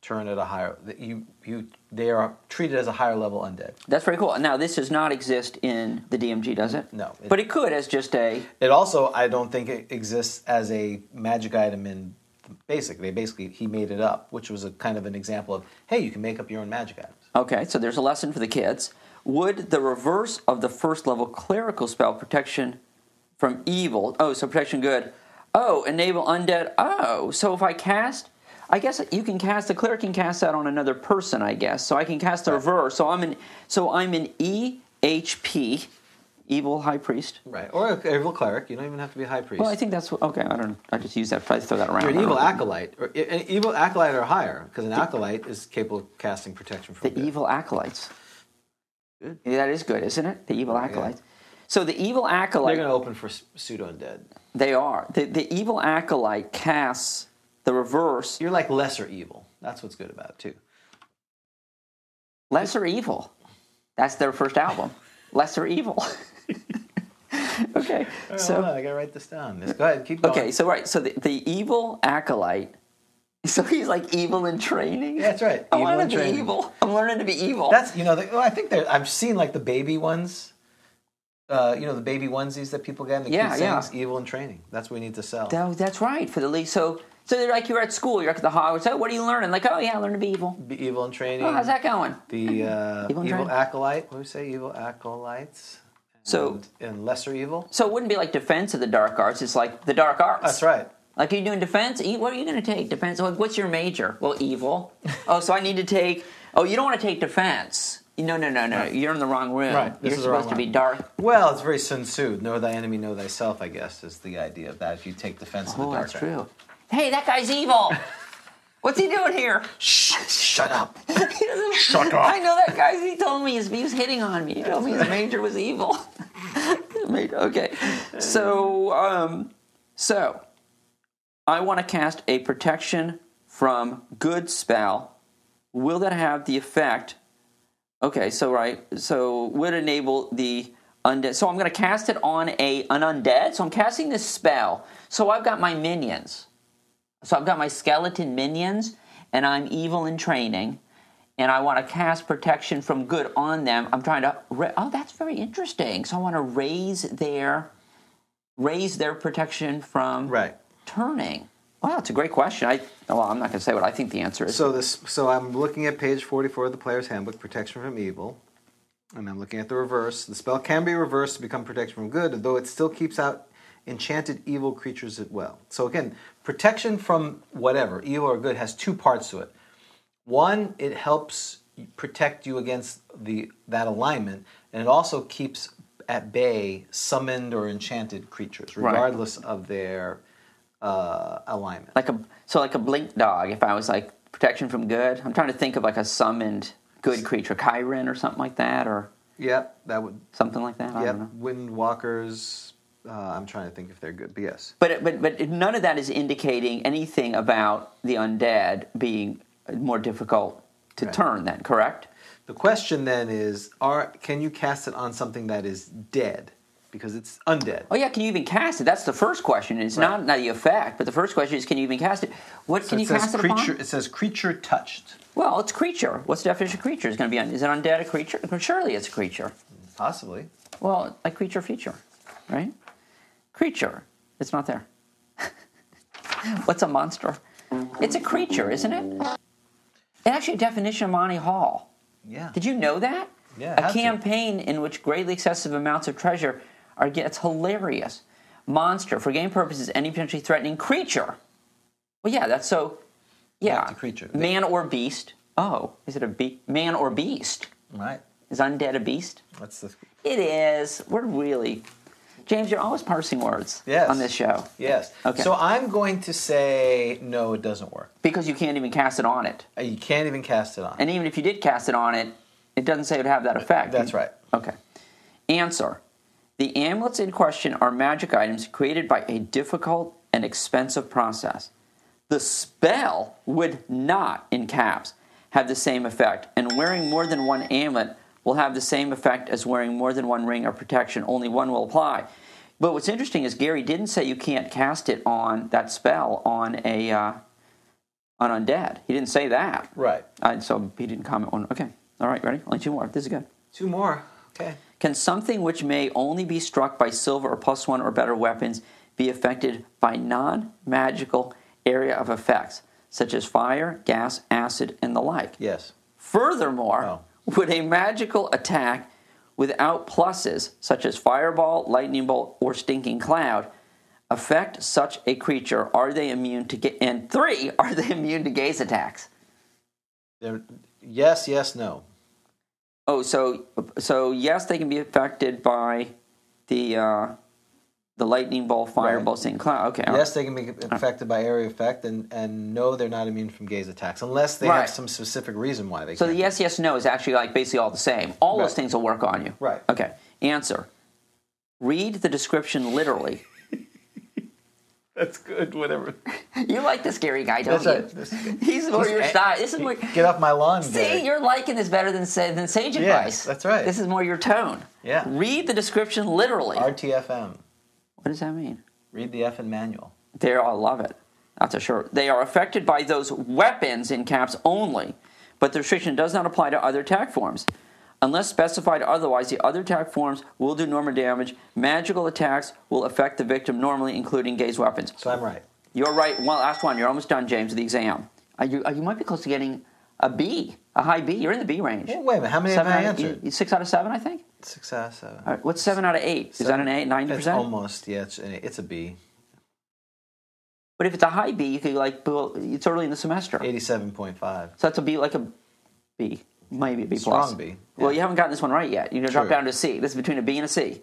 Speaker 4: turn at a higher. that You you they are treated as a higher level undead.
Speaker 3: That's very cool. Now, this does not exist in the DMG, does it?
Speaker 4: No. It-
Speaker 3: but it could as just a.
Speaker 4: It also, I don't think it exists as a magic item in basic. They basically he made it up, which was a kind of an example of hey, you can make up your own magic items.
Speaker 3: Okay, so there's a lesson for the kids. Would the reverse of the first level clerical spell, protection from evil, oh, so protection good, oh, enable undead, oh, so if I cast. I guess you can cast the cleric can cast that on another person. I guess so. I can cast the reverse. So I'm an so I'm an EHP, evil high priest.
Speaker 4: Right. Or a evil cleric. You don't even have to be a high priest.
Speaker 3: Well, I think that's what, okay. I don't. know. I just use that. I throw that around.
Speaker 4: you're an
Speaker 3: I
Speaker 4: evil
Speaker 3: don't know.
Speaker 4: acolyte, or i- an evil acolyte or higher, because an acolyte is capable of casting protection from
Speaker 3: The
Speaker 4: good.
Speaker 3: evil acolytes. Yeah, that is good, isn't it? The evil acolytes. So the evil
Speaker 4: Oh, They're
Speaker 3: acolyte.
Speaker 4: going to open for pseudo undead.
Speaker 3: They are. The, the evil acolyte casts the reverse,
Speaker 4: You're like lesser evil. That's what's good about it too.
Speaker 3: lesser evil. That's their first album, lesser evil. okay.
Speaker 4: So
Speaker 3: So
Speaker 4: I gotta write this down. Just go ahead, keep going.
Speaker 3: okay. So right. So the, the evil acolyte. So he's like evil in training.
Speaker 4: Yeah, that's right.
Speaker 3: I
Speaker 4: Evil
Speaker 3: want
Speaker 4: in
Speaker 3: to be
Speaker 4: training.
Speaker 3: evil. I'm learning to be evil.
Speaker 4: that's you know. The, well, I think there. I've seen like the baby ones. Uh, you know the baby onesies that people get. And the
Speaker 3: Yeah,
Speaker 4: cute
Speaker 3: yeah.
Speaker 4: things, Evil in training. That's what we need to sell.
Speaker 3: Oh, that's right for the league. So, so they're like you're at school, you're at the Hogwarts. Oh, what are you learning? Like, oh yeah, I learned to be evil.
Speaker 4: Be evil in training.
Speaker 3: Oh, how's that going?
Speaker 4: The uh,
Speaker 3: Evil
Speaker 4: evil,
Speaker 3: in training.
Speaker 4: acolyte. What do we say? Evil acolytes.
Speaker 3: So,
Speaker 4: and, and lesser evil.
Speaker 3: so it wouldn't be like defense of the dark arts. It's like the dark arts.
Speaker 4: That's right.
Speaker 3: Like, are you doing defense? E- What are you going to take? Defense. Like, what's your major? Well, evil. oh, so I need to take. Oh, you don't want to take defense. No, no, no, no. You're in the wrong room.
Speaker 4: Right, this
Speaker 3: You're
Speaker 4: is the wrong
Speaker 3: supposed to be
Speaker 4: room.
Speaker 3: dark.
Speaker 4: Well, it's very Sun Tzu. Know thy enemy, know thyself. I guess is the idea of that. If you take defense in the
Speaker 3: Oh,
Speaker 4: dark, art.
Speaker 3: that's true. Hey, that guy's evil. What's he doing here?
Speaker 4: Shut up.
Speaker 3: Shut up. I know that guy. He told me his, he was hitting on me. He told me his major was evil. Major- okay, so um, so I want to cast a protection from good spell. Will that have the effect? Okay, so right, so would enable the undead. So I'm going to cast it on a an undead. So I'm casting this spell. So I've got my minions. So I've got my skeleton minions, and I'm evil in training, and I want to cast protection from good on them. I'm trying to. Ra- oh, that's very interesting. So I want to raise their raise their protection from
Speaker 4: Right.
Speaker 3: turning. Wow, it's a great question. I well, I'm not going to say what I think the answer is.
Speaker 4: So this, so I'm looking at page 44 of the player's handbook, protection from evil, and I'm looking at the reverse. The spell can be reversed to become protection from good, though it still keeps out enchanted evil creatures as well. So again, protection from whatever evil or good has two parts to it. One, it helps protect you against the that alignment, and it also keeps at bay summoned or enchanted creatures, regardless of their uh, alignment.
Speaker 3: like a so like a blink dog. If I was like protection from good, I'm trying to think of like a summoned good creature, Kyren or something like that, or
Speaker 4: Yep, that would
Speaker 3: something like that. I
Speaker 4: Yep,
Speaker 3: don't know.
Speaker 4: Windwalkers. Uh, I'm trying to think if they're good, but yes.
Speaker 3: But but but none of that is indicating anything about the undead being more difficult to turn. Then correct.
Speaker 5: The question then is: Are can you cast it on something that is dead because it's undead?
Speaker 3: Oh yeah, can you even cast it? That's the first question. It's not not the effect, but the first question is can you even cast it? What
Speaker 4: So
Speaker 3: can
Speaker 4: it
Speaker 3: you
Speaker 4: says
Speaker 3: cast it
Speaker 4: creature.
Speaker 3: upon?
Speaker 4: It says creature touched.
Speaker 3: Well, it's creature. What's the definition of creature? Is going to be un- is it undead a creature? Surely it's a creature.
Speaker 4: Possibly.
Speaker 3: Well, a creature feature, right? Creature. It's not there. What's a monster? It's a creature, isn't it? And actually, a definition of Monty Hall.
Speaker 4: Yeah.
Speaker 3: Did you know that?
Speaker 4: Yeah, it
Speaker 3: A
Speaker 4: had to.
Speaker 3: campaign in which greatly excessive amounts of treasure are get- it's hilarious. Monster for game purposes, any potentially threatening creature. Well, yeah, that's so. Yeah,
Speaker 4: to creature.
Speaker 3: Man or beast. Oh, is it a be- man or beast?
Speaker 4: Right.
Speaker 3: Is undead a beast?
Speaker 4: That's the.
Speaker 3: It is. We're really. James, you're always parsing words
Speaker 4: Yes.
Speaker 3: on this show
Speaker 4: Yes.
Speaker 3: Okay.
Speaker 4: So I'm going to say no. It doesn't work.
Speaker 3: because you can't even cast it on it.
Speaker 4: Uh, You can't even cast it on.
Speaker 3: And even if you did cast it on it, it doesn't say it would have that effect.
Speaker 4: That's right.
Speaker 3: Okay. Answer The amulets in question are magic items created by a difficult and expensive process. The spell would not, in caps, have the same effect, and wearing more than one amulet will have the same effect as wearing more than one ring or protection. Only one will apply. But what's interesting is Gary didn't say you can't cast it on that spell on a uh, on undead. He didn't say that.
Speaker 4: Right.
Speaker 3: Uh, so he didn't comment on. Okay. All right. Ready? Only two more. This is good.
Speaker 4: Two more. Okay.
Speaker 3: Can something which may only be struck by silver or plus one or better weapons be affected by non magical area of effects, such as fire, gas, acid, and the like?
Speaker 4: Yes.
Speaker 3: Furthermore,
Speaker 4: Oh.
Speaker 3: would a magical attack without pluses, such as fireball, lightning bolt, or stinking cloud, affect such a creature? Are they immune to ga- and three? Are they immune to gaze attacks?
Speaker 4: There, yes. Yes. No.
Speaker 3: Oh, so so yes, they can be affected by the uh, the lightning bolt, fireball, right. St. Cloud. Okay, all right.
Speaker 4: Yes, they can be
Speaker 3: Oh.
Speaker 4: affected by area effect, and, and no, they're not immune from gaze attacks unless they
Speaker 3: Right.
Speaker 4: have some specific reason why they.
Speaker 3: So the
Speaker 4: can't.
Speaker 3: yes, yes, no is actually like basically all the same. All those
Speaker 4: Right.
Speaker 3: things will work on you.
Speaker 4: Right.
Speaker 3: Okay. Answer. Read the description literally.
Speaker 5: That's good. Whatever.
Speaker 3: you like this scary guy, don't
Speaker 4: That's right.
Speaker 3: you?
Speaker 4: This is
Speaker 3: He's more your style. This is more.
Speaker 4: Get off my lawn, Gary.
Speaker 3: See, you're liking this better than sa- than sage advice.
Speaker 4: that's right.
Speaker 3: This is more your tone.
Speaker 4: Yeah.
Speaker 3: Read the description literally.
Speaker 4: RTFM.
Speaker 3: what does that mean?
Speaker 4: Read the effing manual.
Speaker 3: They all love it. That's a sure. They are affected by those weapons in caps only, but the restriction does not apply to other attack forms. Unless specified otherwise, the other attack forms will do normal damage. Magical attacks will affect the victim normally, including gaze weapons.
Speaker 4: So I'm right.
Speaker 3: You're right. One last one. You're almost done, James, with the exam. Uh, you, uh, you might be close to getting a B, a high B. You're in the B range.
Speaker 4: Well, wait a minute. How many
Speaker 3: Seven
Speaker 4: have I
Speaker 3: out of-
Speaker 4: answered?
Speaker 3: you- six out of seven, I think.
Speaker 4: Six out of seven.
Speaker 3: All right, what's seven out of eight? Is that an eight? Ninety
Speaker 4: It's
Speaker 3: percent.
Speaker 4: almost. Yeah, it's, an eight. it's a B.
Speaker 3: But if it's a high B, you could like bu- it's early in the semester.
Speaker 4: Eighty-seven point five.
Speaker 3: So that's a B, like a B, maybe a B
Speaker 4: Strong
Speaker 3: plus.
Speaker 4: B,
Speaker 3: Well, you haven't gotten this one right yet. You're gonna drop
Speaker 4: True.
Speaker 3: down to a C. This is between a B and a C.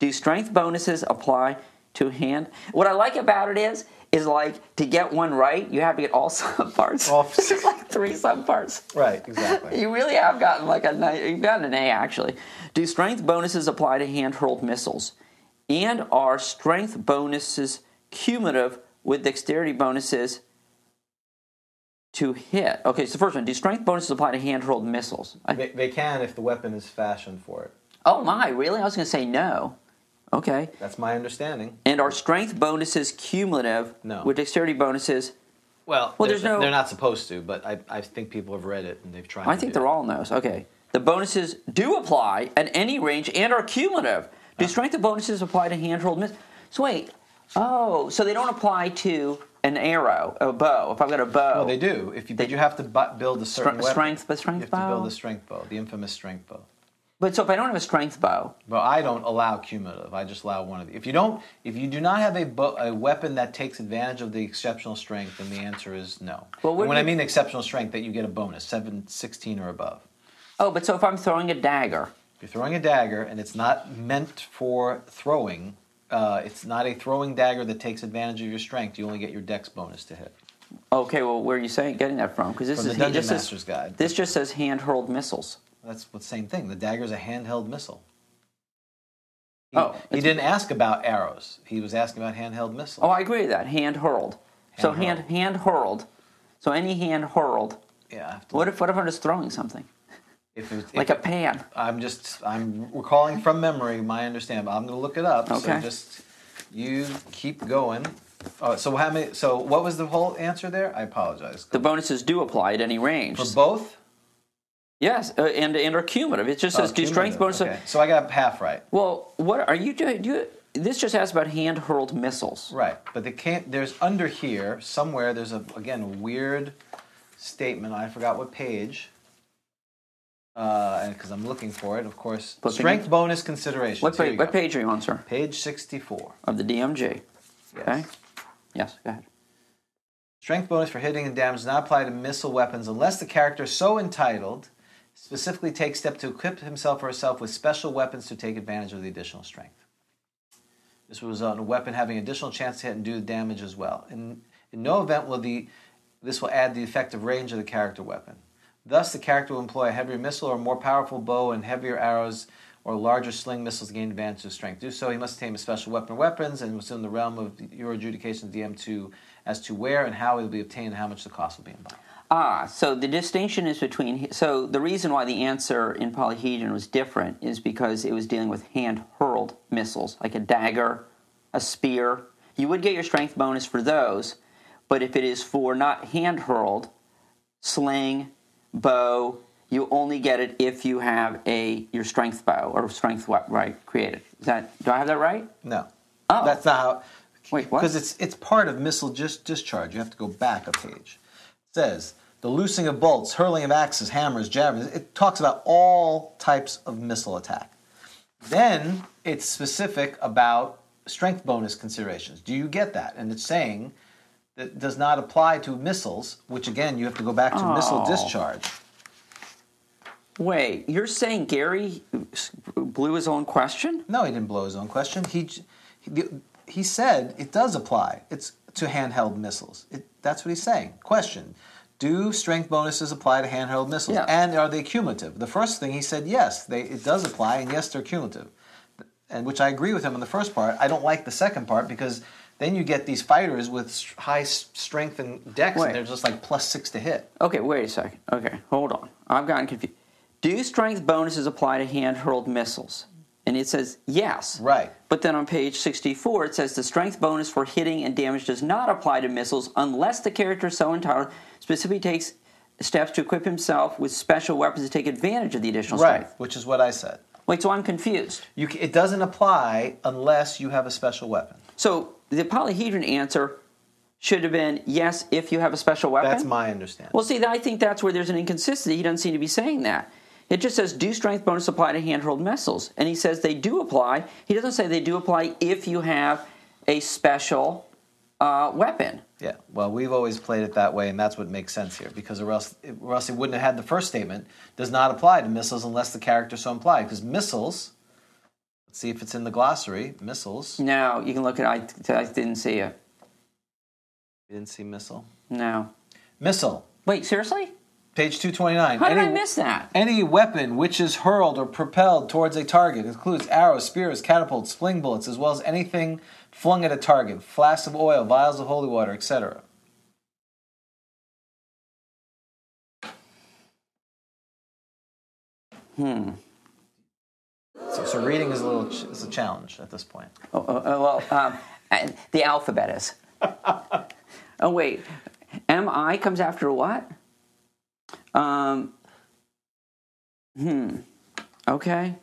Speaker 3: Do strength bonuses apply to hand? What I like about it is, is like to get one right, you have to get all subparts.
Speaker 4: All-
Speaker 3: There's like three subparts.
Speaker 4: Right. Exactly.
Speaker 3: You really have gotten like a ni- you've gotten an A actually. Do strength bonuses apply to hand hurled missiles? And are strength bonuses cumulative with dexterity bonuses to hit? Okay, so the first one. Do strength bonuses apply to hand hurled missiles? I-
Speaker 4: they, they can if the weapon is fashioned for it.
Speaker 3: oh my, really? I was going to say no. Okay.
Speaker 4: That's my understanding.
Speaker 3: And are strength bonuses cumulative
Speaker 4: No.
Speaker 3: with dexterity bonuses?
Speaker 4: Well,
Speaker 3: Well,
Speaker 4: there's
Speaker 3: there's no-
Speaker 4: They're not supposed to, but I, I think people have read it and they've tried.
Speaker 3: I
Speaker 4: to
Speaker 3: think
Speaker 4: do
Speaker 3: they're
Speaker 4: it.
Speaker 3: all no's. Okay. The bonuses do apply at any range and are cumulative. Do strength bonuses apply to hand-rolled miss? So wait. Oh, so they don't apply to an arrow, a bow. If I've got a bow,
Speaker 4: Well, they do. If you, but you have to bu- build a certain
Speaker 3: Stre-
Speaker 4: weapon.
Speaker 3: strength- but strength
Speaker 4: You have to
Speaker 3: bow?
Speaker 4: build a strength bow, the infamous strength bow.
Speaker 3: But so if I don't have a strength bow,
Speaker 4: But I don't allow cumulative. I just allow one of the. If you don't, if you do not have a bo- a weapon that takes advantage of the exceptional strength, then the answer is no.
Speaker 3: Well,
Speaker 4: And
Speaker 3: wouldn't
Speaker 4: when I
Speaker 3: you-
Speaker 4: mean exceptional strength, that you get a bonus, 7, 16 or above.
Speaker 3: oh, but so if I'm throwing a dagger,
Speaker 4: If you're throwing a dagger and it's not meant for throwing, uh, it's not a throwing dagger that takes advantage of your strength. You only get your dex bonus to hit.
Speaker 3: okay. Well, where are you saying getting that from? Because this
Speaker 4: From
Speaker 3: is
Speaker 4: the Dungeon
Speaker 3: this is-
Speaker 4: Master's Guide.
Speaker 3: This just says hand-hurled missiles.
Speaker 4: That's the same thing. The dagger is a handheld missile. He,
Speaker 3: Oh,
Speaker 4: he
Speaker 3: it's-
Speaker 4: didn't ask about arrows. He was asking about handheld missiles.
Speaker 3: Oh, I agree with that. Hand hurled. So hand
Speaker 4: Hand-hurled.
Speaker 3: hand hurled. So any hand hurled.
Speaker 4: yeah, I have to
Speaker 3: What if what if I'm just throwing something?
Speaker 4: If it's if
Speaker 3: like a pan.
Speaker 4: I'm just I'm recalling from memory my understanding. But I'm going to look it up. So
Speaker 3: Okay.
Speaker 4: just you keep going. Uh, so how many? So what was the whole answer there? I apologize
Speaker 3: The bonuses do apply at any range.
Speaker 4: for both.
Speaker 3: Yes, uh, and and are cumulative. It just says
Speaker 4: Oh,
Speaker 3: do strength
Speaker 4: cumulative,
Speaker 3: bonuses.
Speaker 4: okay. So I got half right.
Speaker 3: Well, what are you doing? Do you, this just asks about hand hurled missiles.
Speaker 4: Right, but they can't. There's under here somewhere. There's a again a weird statement. I forgot what page. Uh, because I'm looking for it, of course.
Speaker 3: Flipping
Speaker 4: Strength
Speaker 3: it.
Speaker 4: bonus consideration.
Speaker 3: What, pa- what page are you on, sir?
Speaker 4: Page 64.
Speaker 3: Of the DMG. Okay. Yes. Go ahead.
Speaker 4: Strength bonus for hitting and damage does not apply to missile weapons unless the character so entitled specifically takes step to equip himself or herself with special weapons to take advantage of the additional strength. This will result in a weapon having additional chance to hit and do damage as well. In, in no event will the this will add the effective range of the character weapon. Thus, the character will employ a heavier missile or more powerful bow and heavier arrows or larger sling missiles to gain advantage of strength. To do so, he must tame a special weapon or weapons and within the realm of your adjudication DM2 as to where and how it will be obtained and how much the cost will be involved.
Speaker 3: Ah, so the distinction is between. So the reason why the answer in polyhedron was different is because it was dealing with hand hurled missiles, like a dagger, a spear. You would get your strength bonus for those, but if it is for not hand hurled, sling, bow, you only get it if you have a your strength bow or strength we- right created. Is that do I have that right?
Speaker 4: No.
Speaker 3: Oh.
Speaker 4: That's not how.
Speaker 3: Wait, what?
Speaker 4: Because it's it's part of missile just discharge. You have to go back a page. It says the loosing of bolts, hurling of axes, hammers, javelins. It talks about all types of missile attack. Then it's specific about strength bonus considerations. Do you get that? And it's saying that does not apply to missiles, which again you have to go back to missile
Speaker 3: Oh.
Speaker 4: discharge.
Speaker 3: Wait, you're saying Gary s- blew his own question?
Speaker 4: No, he didn't blow his own question. He j- he, the- he said it does apply. It's to handheld missiles. It, that's what he's saying. Question: Do strength bonuses apply to handheld missiles?
Speaker 3: Yeah.
Speaker 4: And are they cumulative? The first thing he said, yes, they, it does apply, and yes, they're cumulative. And which I agree with him on the first part. I don't like the second part because then you get these fighters with s- high s- strength and dex,
Speaker 3: Wait.
Speaker 4: and they're just like plus six to hit.
Speaker 3: Okay, wait a second. Okay, hold on. I've gotten confused. Do strength bonuses apply to hand hurled missiles? And it says yes.
Speaker 4: Right.
Speaker 3: But then on page 64, it says the strength bonus for hitting and damage does not apply to missiles unless the character so entitled specifically takes steps to equip himself with special weapons to take advantage of the additional strength.
Speaker 4: Which is what I said.
Speaker 3: Wait, so I'm confused.
Speaker 4: You, c- it doesn't apply unless you have a special weapon.
Speaker 3: So the polyhedron answer should have been yes if you have a special weapon.
Speaker 4: That's my understanding.
Speaker 3: Well, see, I think that's where there's an inconsistency. He doesn't seem to be saying that. It just says, do strength bonus apply to hand-hurled missiles? And he says they do apply. He doesn't say they do apply if you have a special uh, weapon.
Speaker 4: Yeah, well, we've always played it that way, and that's what makes sense here, because or else, or else it wouldn't have had the first statement does not apply to missiles unless the character so implied. Because missiles, let's see if it's in the glossary. Missiles,
Speaker 3: No, you can look at it. I, I didn't see it.
Speaker 4: you didn't see missile.
Speaker 3: No.
Speaker 4: Missile,
Speaker 3: Wait, seriously?
Speaker 4: page two twenty nine.
Speaker 3: How did I miss that?
Speaker 4: Any weapon which is hurled or propelled towards a target includes arrows, spears, catapults, sling bullets, as well as anything flung at a target, flasks of oil, vials of holy water, etc.
Speaker 3: Hmm.
Speaker 4: So, so reading is a little ch- is a challenge at this point.
Speaker 3: Oh, oh, oh, well, um, uh, the alphabet is. oh, wait. M-I comes after what? Um, hmm. Okay.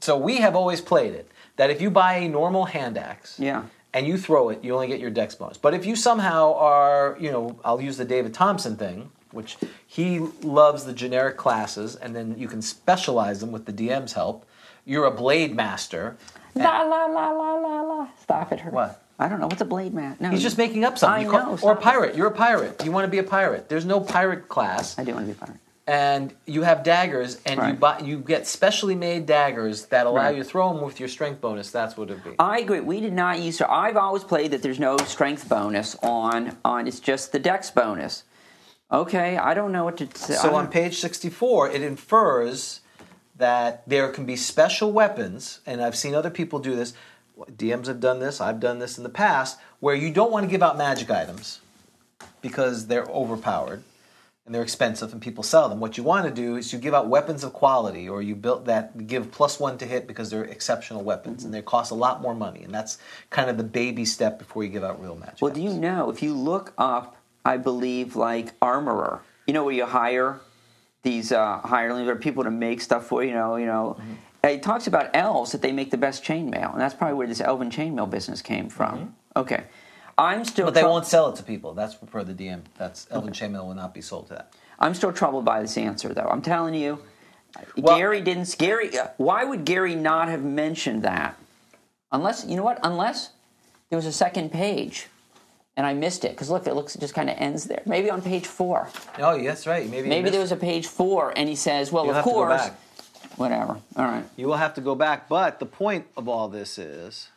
Speaker 4: So we have always played it that if you buy a normal hand axe
Speaker 3: Yeah.
Speaker 4: and you throw it, you only get your dex bonus. But if you somehow are, you know, I'll use the David Thompson thing, which he loves the generic classes, and then you can specialize them with the DM's help. You're a blade master.
Speaker 3: La la la la la la. Stop it, her.
Speaker 4: What?
Speaker 3: I don't know. What's a blade man? No,
Speaker 4: He's just making up something.
Speaker 3: I
Speaker 4: You call-
Speaker 3: know,
Speaker 4: or a
Speaker 3: stop it.
Speaker 4: pirate. You're a pirate. You want to be a pirate. There's no pirate class.
Speaker 3: I do want to be a pirate.
Speaker 4: and you have daggers, and you
Speaker 3: Right.
Speaker 4: buy, you get specially made daggers that allow
Speaker 3: Right.
Speaker 4: you to throw them with your strength bonus. That's what it'd be.
Speaker 3: I agree. We did not use. So I've always played that. There's no strength bonus on on. It's just the dex bonus. Okay. I don't know what to. say.
Speaker 4: So on page 64, it infers that there can be special weapons, and I've seen other people do this. DMs have done this, I've done this in the past, where you don't want to give out magic items because they're overpowered. and they're expensive and people sell them. What you want to do is you give out weapons of quality or you build that give plus one to hit because they're exceptional weapons and they cost a lot more money. And that's kind of the baby step before you give out real magic.
Speaker 3: Well, do you
Speaker 4: items.
Speaker 3: know if you look up, I believe, like armorer, you know, where you hire these uh, hirelings or people to make stuff for you know, you know.
Speaker 4: Mm-hmm.
Speaker 3: It talks about elves that they make the best chainmail, and that's probably where this elven chainmail business came from. Okay, I'm
Speaker 4: Mm-hmm.
Speaker 3: still.
Speaker 4: But they
Speaker 3: trou-
Speaker 4: won't sell it to people. That's for the DM. That's Elven Chainmail will not be sold to that.
Speaker 3: I'm still troubled by this answer, though. I'm telling you,
Speaker 4: Well-
Speaker 3: Gary didn't. Gary, uh, why would Gary not have mentioned that? Unless you know what? Unless there was a second page, and I missed it. Because look, it looks it just kind of ends there. Maybe on page four.
Speaker 4: Oh, yes, right. Maybe
Speaker 3: Maybe there was a page four, and he says, "Well,
Speaker 4: You'll
Speaker 3: of
Speaker 4: have to go
Speaker 3: course,
Speaker 4: back.
Speaker 3: whatever." All right.
Speaker 4: You will have to go back, but the point of all this is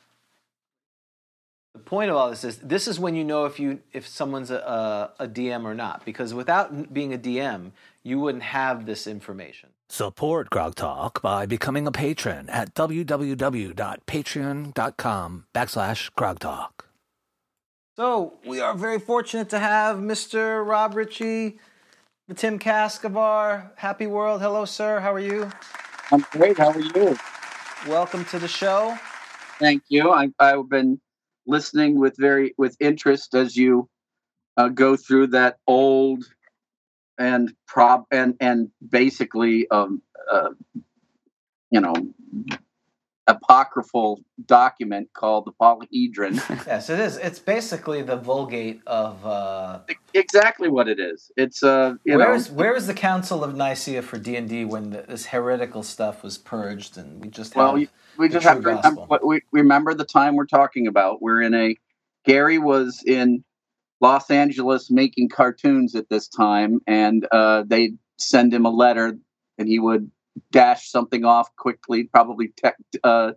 Speaker 4: the point of all this is this is when you know if you if someone's a, a, a DM or not because without n- being a DM, you wouldn't have this information.
Speaker 6: Support Grog Talk by becoming a patron at www.patreon.com backslash Grog Talk.
Speaker 4: So we are very fortunate to have Mr. Rob Ritchie, the Tim Cascavar, Happy World. Hello, sir. How are you?
Speaker 7: I'm great. How are you?
Speaker 4: Welcome to the show.
Speaker 7: Thank you. I, I've been listening with very with interest as you uh, go through that old and prob and and basically um, uh, you know apocryphal document called the polyhedron.
Speaker 4: Yes, it is. It's basically the Vulgate of uh,
Speaker 7: exactly what it is. It's uh you
Speaker 4: where
Speaker 7: know
Speaker 4: was where was the Council of Nicaea for D and D when the, this heretical stuff was purged and we just
Speaker 7: Well,
Speaker 4: have-
Speaker 7: you- we
Speaker 4: the
Speaker 7: just
Speaker 4: true
Speaker 7: have to remember,
Speaker 4: gospel.
Speaker 7: what we, remember the time we're talking about. We're in a Gary was in Los Angeles making cartoons at this time, and uh, they'd send him a letter, and he would dash something off quickly, probably tec- uh,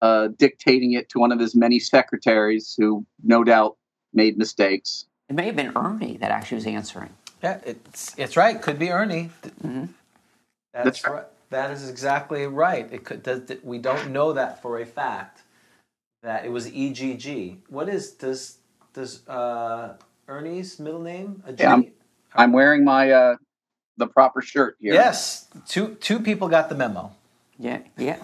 Speaker 7: uh, dictating it to one of his many secretaries, who no doubt made mistakes.
Speaker 3: It may have been Ernie that actually was answering.
Speaker 4: yeah, it's it's right. Could be Ernie. Th- That's,
Speaker 7: Mm-hmm. That's
Speaker 4: right. That is exactly right. It could. Does, th- we don't know that for a fact that it was EGG. What is does does uh, Ernie's middle name? A G?
Speaker 7: Yeah, I'm- I'm wearing my uh, the proper shirt here.
Speaker 4: yes, two two people got the memo.
Speaker 3: Yeah, yeah.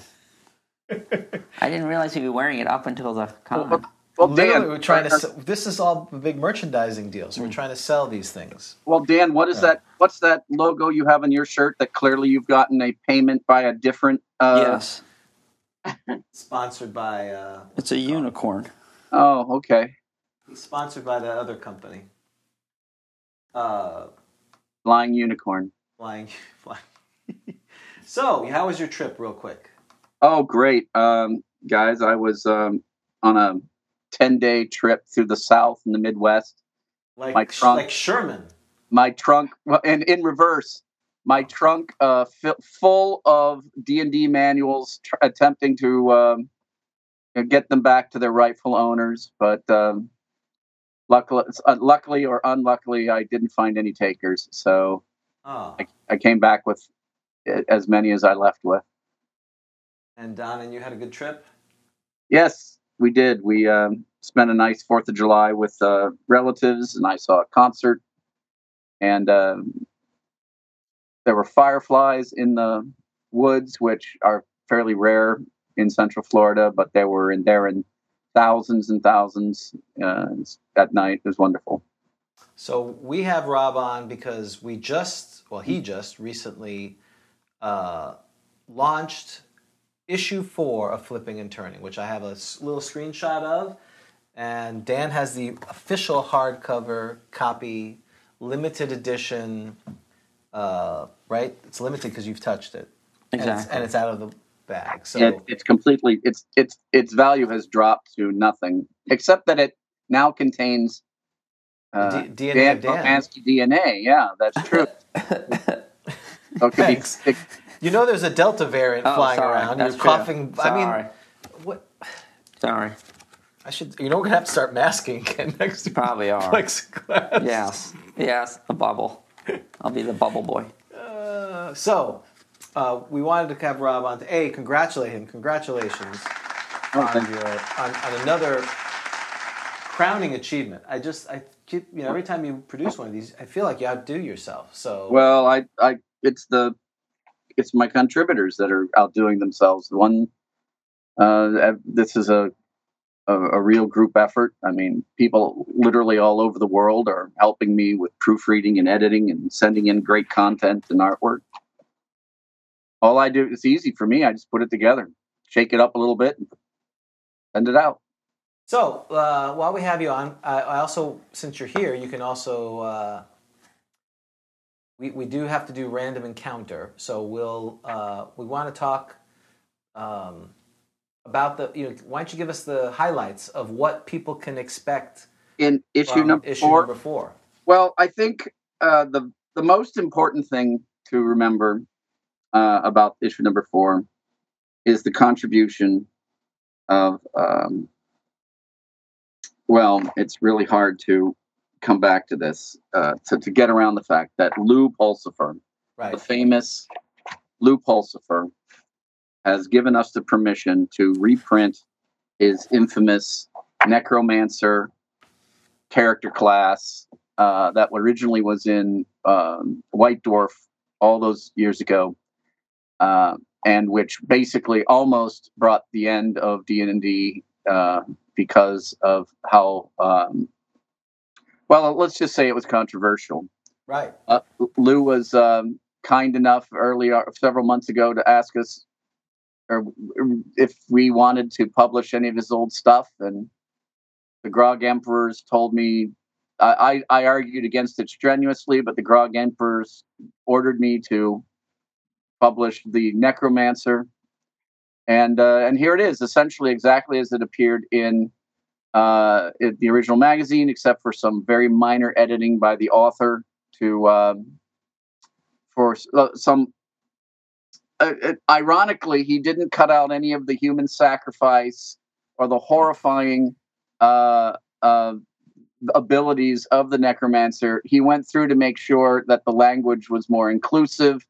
Speaker 3: I didn't realize he'd be wearing it up until the comment.
Speaker 7: Well,
Speaker 4: Literally,
Speaker 7: Dan, uh,
Speaker 4: we're trying to. Sell, this is all big merchandising deals.
Speaker 7: Mm-hmm.
Speaker 4: We're trying to sell these things.
Speaker 7: Well, Dan, what is that? What's that logo you have on your shirt that clearly you've gotten a payment by a different? Uh,
Speaker 3: yes,
Speaker 4: Sponsored by. Uh,
Speaker 3: it's a unicorn.
Speaker 7: Oh, okay.
Speaker 4: sponsored by that other company. Uh,
Speaker 7: Flying unicorn.
Speaker 4: flying, flying. so, how was your trip, real quick?
Speaker 7: Oh, great, um, guys! I was um, on a ten-day trip through the South and the Midwest.
Speaker 4: Like,
Speaker 7: My trunk.
Speaker 4: like Sherman.
Speaker 7: My trunk, well, and in reverse, my trunk uh, fi- full of D and D manuals, tr- attempting to um, you know, get them back to their rightful owners. But um, luckily, uh, luckily or unluckily, I didn't find any takers. So
Speaker 4: Oh,
Speaker 7: I came back with eh, as many as I left with.
Speaker 4: and Don, and you had a good trip.
Speaker 7: Yes, we did. We um, spent a nice Fourth of July with uh, relatives, and I saw a concert. And um, there were fireflies in the woods, which are fairly rare in Central Florida, but they were in there in thousands and thousands uh, that night. It was wonderful.
Speaker 4: So we have Rob on because we just, well, he just recently uh, launched issue four of Flipping and Turning, which I have a s- little screenshot of. And Dan has the official hardcover copy, limited edition, uh, right? It's limited because you've touched it. And it's,
Speaker 3: Exactly.
Speaker 4: and it's out of the bag. So
Speaker 7: It, it's completely its its its value has dropped to nothing, except that it now contains uh,
Speaker 4: D- DNA
Speaker 7: Dan
Speaker 4: of Dan.
Speaker 7: Polanski DNA. Yeah, that's true. okay,
Speaker 4: Thanks. you know there's a Delta variant
Speaker 3: Oh,
Speaker 4: flying
Speaker 3: sorry.
Speaker 4: around.
Speaker 3: That's
Speaker 4: You're
Speaker 3: true.
Speaker 4: coughing. I
Speaker 3: Sorry.
Speaker 4: mean, what?
Speaker 3: Sorry,
Speaker 4: I should. You know, we're gonna have to start masking again next to
Speaker 3: probably are.
Speaker 4: plexiglass.
Speaker 3: Yes, yes, the bubble. I'll be the bubble boy.
Speaker 4: Uh, so, uh, we wanted to have Rob on to a congratulate him. Congratulations on,
Speaker 7: thank
Speaker 4: your, on, on another crowning achievement. I just I keep you know every time you produce one of these, I feel like you outdo yourself. So
Speaker 7: Well, I, I, it's the, it's my contributors that are outdoing themselves. The One, uh, this is a, a, a real group effort. I mean, people literally all over the world are helping me with proofreading and editing and sending in great content and artwork. All I do, it's easy for me. I just put it together, shake it up a little bit, and send it out.
Speaker 4: So uh, while we have you on, I, I also since you're here, you can also uh, we we do have to do random encounter. So we'll uh, we want to talk um, about the you know why don't you give us the highlights of what people can expect
Speaker 7: In issue
Speaker 4: from
Speaker 7: number
Speaker 4: issue
Speaker 7: four,
Speaker 4: number four.
Speaker 7: Well, I think uh, the the most important thing to remember uh, about issue number four is the contribution of. Um, well, it's really hard to come back to this uh, to to get around the fact that Lou Pulsifer, the
Speaker 4: Right.
Speaker 7: famous Lou Pulsifer, has given us the permission to reprint his infamous necromancer character class uh, that originally was in um, White Dwarf all those years ago, uh, and which basically almost brought the end of D and D uh, because of how um, well, let's just say it was controversial.
Speaker 4: Right.
Speaker 7: Uh, Lou was um, kind enough earlier, several months ago, to ask us or if we wanted to publish any of his old stuff. And the Grog Emperors told me, I, I, I argued against it strenuously, but the Grog Emperors ordered me to publish the Necromancer. And, uh, and here it is, essentially exactly as it appeared in uh, it, the original magazine, except for some very minor editing by the author to um, for s- uh, some. Uh, uh, ironically, he didn't cut out any of the human sacrifice or the horrifying uh, uh, abilities of the necromancer. He went through to make sure that the language was more inclusive.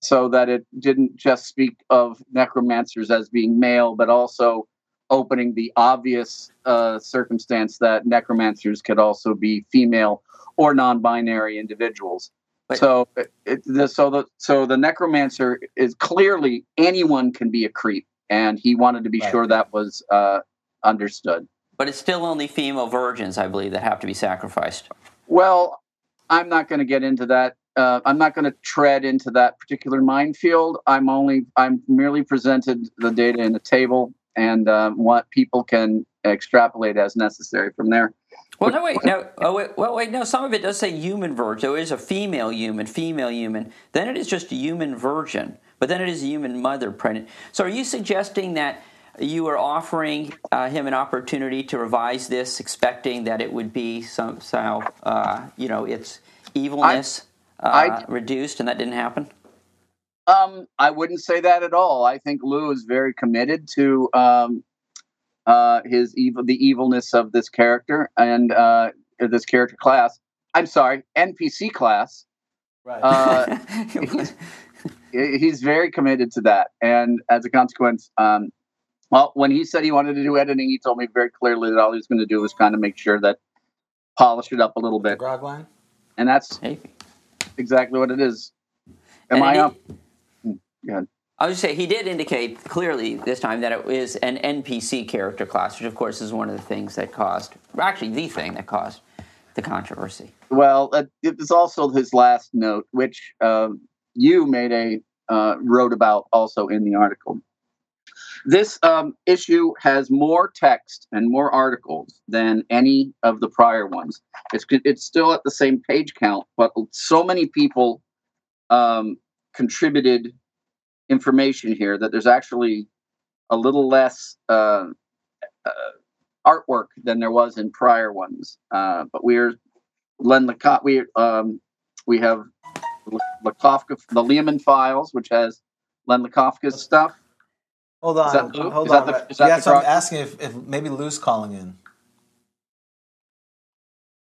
Speaker 7: So that it didn't just speak of necromancers as being male, but also opening the obvious uh, circumstance that necromancers could also be female or non-binary individuals.
Speaker 3: But-
Speaker 7: so, it, it- the, so the so the necromancer is clearly anyone can be a creep, and he wanted to be
Speaker 4: Right.
Speaker 7: sure that was uh, understood.
Speaker 3: But it's still only female virgins, I believe, that have to be sacrificed.
Speaker 7: Well, I'm not going to get into that. Uh, I'm not going to tread into that particular minefield. I'm only I'm merely presented the data in a table, and uh, what people can extrapolate as necessary from there.
Speaker 3: Well, no, wait, no. Oh, wait, well, wait, no. Some of it does say human virgin. So it is a female human, female human. Then it is just a human virgin, but then it is a human mother pregnant. So, are you suggesting that you are offering uh, him an opportunity to revise this, expecting that it would be somehow, uh, you know, its evilness uh,
Speaker 7: I-
Speaker 3: reduced, and that didn't happen?
Speaker 7: Um, I wouldn't say that at all. I think Lou is very committed to um, uh, his evil, the evilness of this character and uh, this character class. I'm sorry, NPC class.
Speaker 4: Right.
Speaker 7: Uh, he- he's very committed to that, and as a consequence, um, well, when he said he wanted to do editing, he told me very clearly that all he was going to do was kind of make sure that polish it up a little
Speaker 4: the
Speaker 7: bit,
Speaker 4: grog line.
Speaker 7: and that's
Speaker 3: Maybe.
Speaker 7: exactly what it is. Am
Speaker 3: And
Speaker 7: I
Speaker 3: it-
Speaker 7: off? Go ahead.
Speaker 3: I was just say he did indicate clearly this time that it is an NPC character class, which of course is one of the things that caused, or actually the thing that caused the controversy.
Speaker 7: Well, uh, it was also his last note, which um you made a uh, wrote about also in the article. This um, issue has more text and more articles than any of the prior ones. It's it's still at the same page count, but so many people um, contributed information here that there's actually a little less uh, uh, artwork than there was in prior ones. Uh, but we're Len Lacot, we um, we have L- Lakofka, the Lehman files, which has Len Lakofka's stuff.
Speaker 4: Hold
Speaker 7: Is that
Speaker 4: on.
Speaker 7: Lou?
Speaker 4: Hold
Speaker 7: Is that
Speaker 4: on.
Speaker 7: the-
Speaker 4: Right.
Speaker 7: is that
Speaker 4: yeah,
Speaker 7: the
Speaker 4: so I'm
Speaker 7: grog-
Speaker 4: asking if, if maybe Lou's calling in.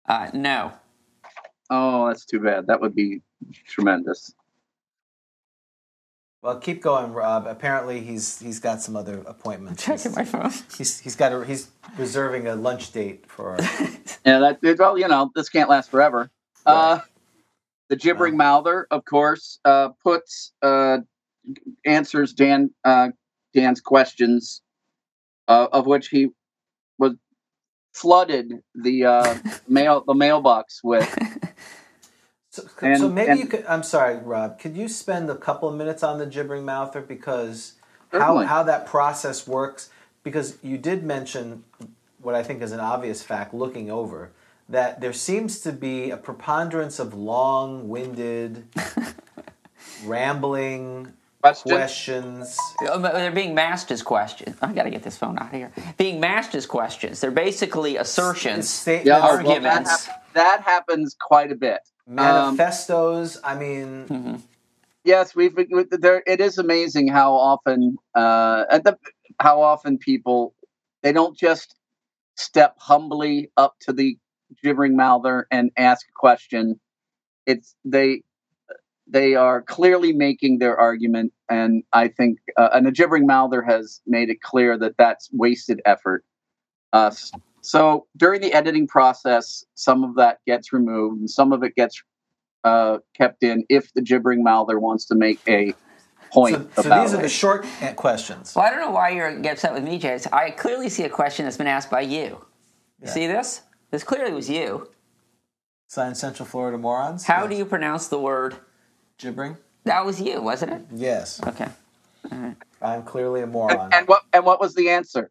Speaker 3: Uh, no,
Speaker 7: Oh, that's too bad. That would be tremendous.
Speaker 4: Well, keep going, Rob. Apparently, he's he's got some other appointments.
Speaker 3: Checking
Speaker 4: He's,
Speaker 3: my phone.
Speaker 4: he's, he's got a, he's reserving a lunch date for. Our,
Speaker 7: Yeah, that it, well, you know, this can't last forever. Uh, the gibbering mouther, of course, uh, puts uh, answers Dan uh, Dan's questions, uh, of which he was flooded the uh, mail the mailbox with.
Speaker 4: so,
Speaker 7: And-
Speaker 4: so maybe
Speaker 7: and-
Speaker 4: you could. I'm sorry, Rob. Could you spend a couple of minutes on the gibbering mouther because how
Speaker 7: Certainly.
Speaker 4: how that process works? Because you did mention what I think is an obvious fact. Looking over that, there seems to be a preponderance of long-winded, rambling
Speaker 7: Questions.
Speaker 4: questions.
Speaker 3: Um, They're being masked as questions. I got to get this phone out of here. Being masked as questions. They're basically assertions.
Speaker 4: statements,
Speaker 7: Yeah, well, that,
Speaker 3: arguments.
Speaker 7: hap- that happens quite a bit. Um,
Speaker 4: manifestos. I mean,
Speaker 7: yes we've we- there it is amazing how often uh at the how often people they don't just step humbly up to the gibbering mouther and ask a question it's they they are clearly making their argument and i think uh, and the gibbering mouther has made it clear that that's wasted effort uh, s- so during the editing process some of that gets removed and some of it gets uh, kept in if the gibbering mouther wants to make a point
Speaker 4: so, so
Speaker 7: about
Speaker 4: these are the
Speaker 7: it.
Speaker 4: short a- questions.
Speaker 3: Well, I don't know why you're getting upset with me, Jace. I clearly see a question that's been asked by you. You see this? This clearly was you.
Speaker 4: Science Central Florida morons.
Speaker 3: How do you pronounce the word?
Speaker 4: gibbering?
Speaker 3: That was you, wasn't it?
Speaker 4: Yes,
Speaker 3: Okay.
Speaker 4: I'm clearly a
Speaker 7: and,
Speaker 4: moron.
Speaker 7: and what and what was the answer?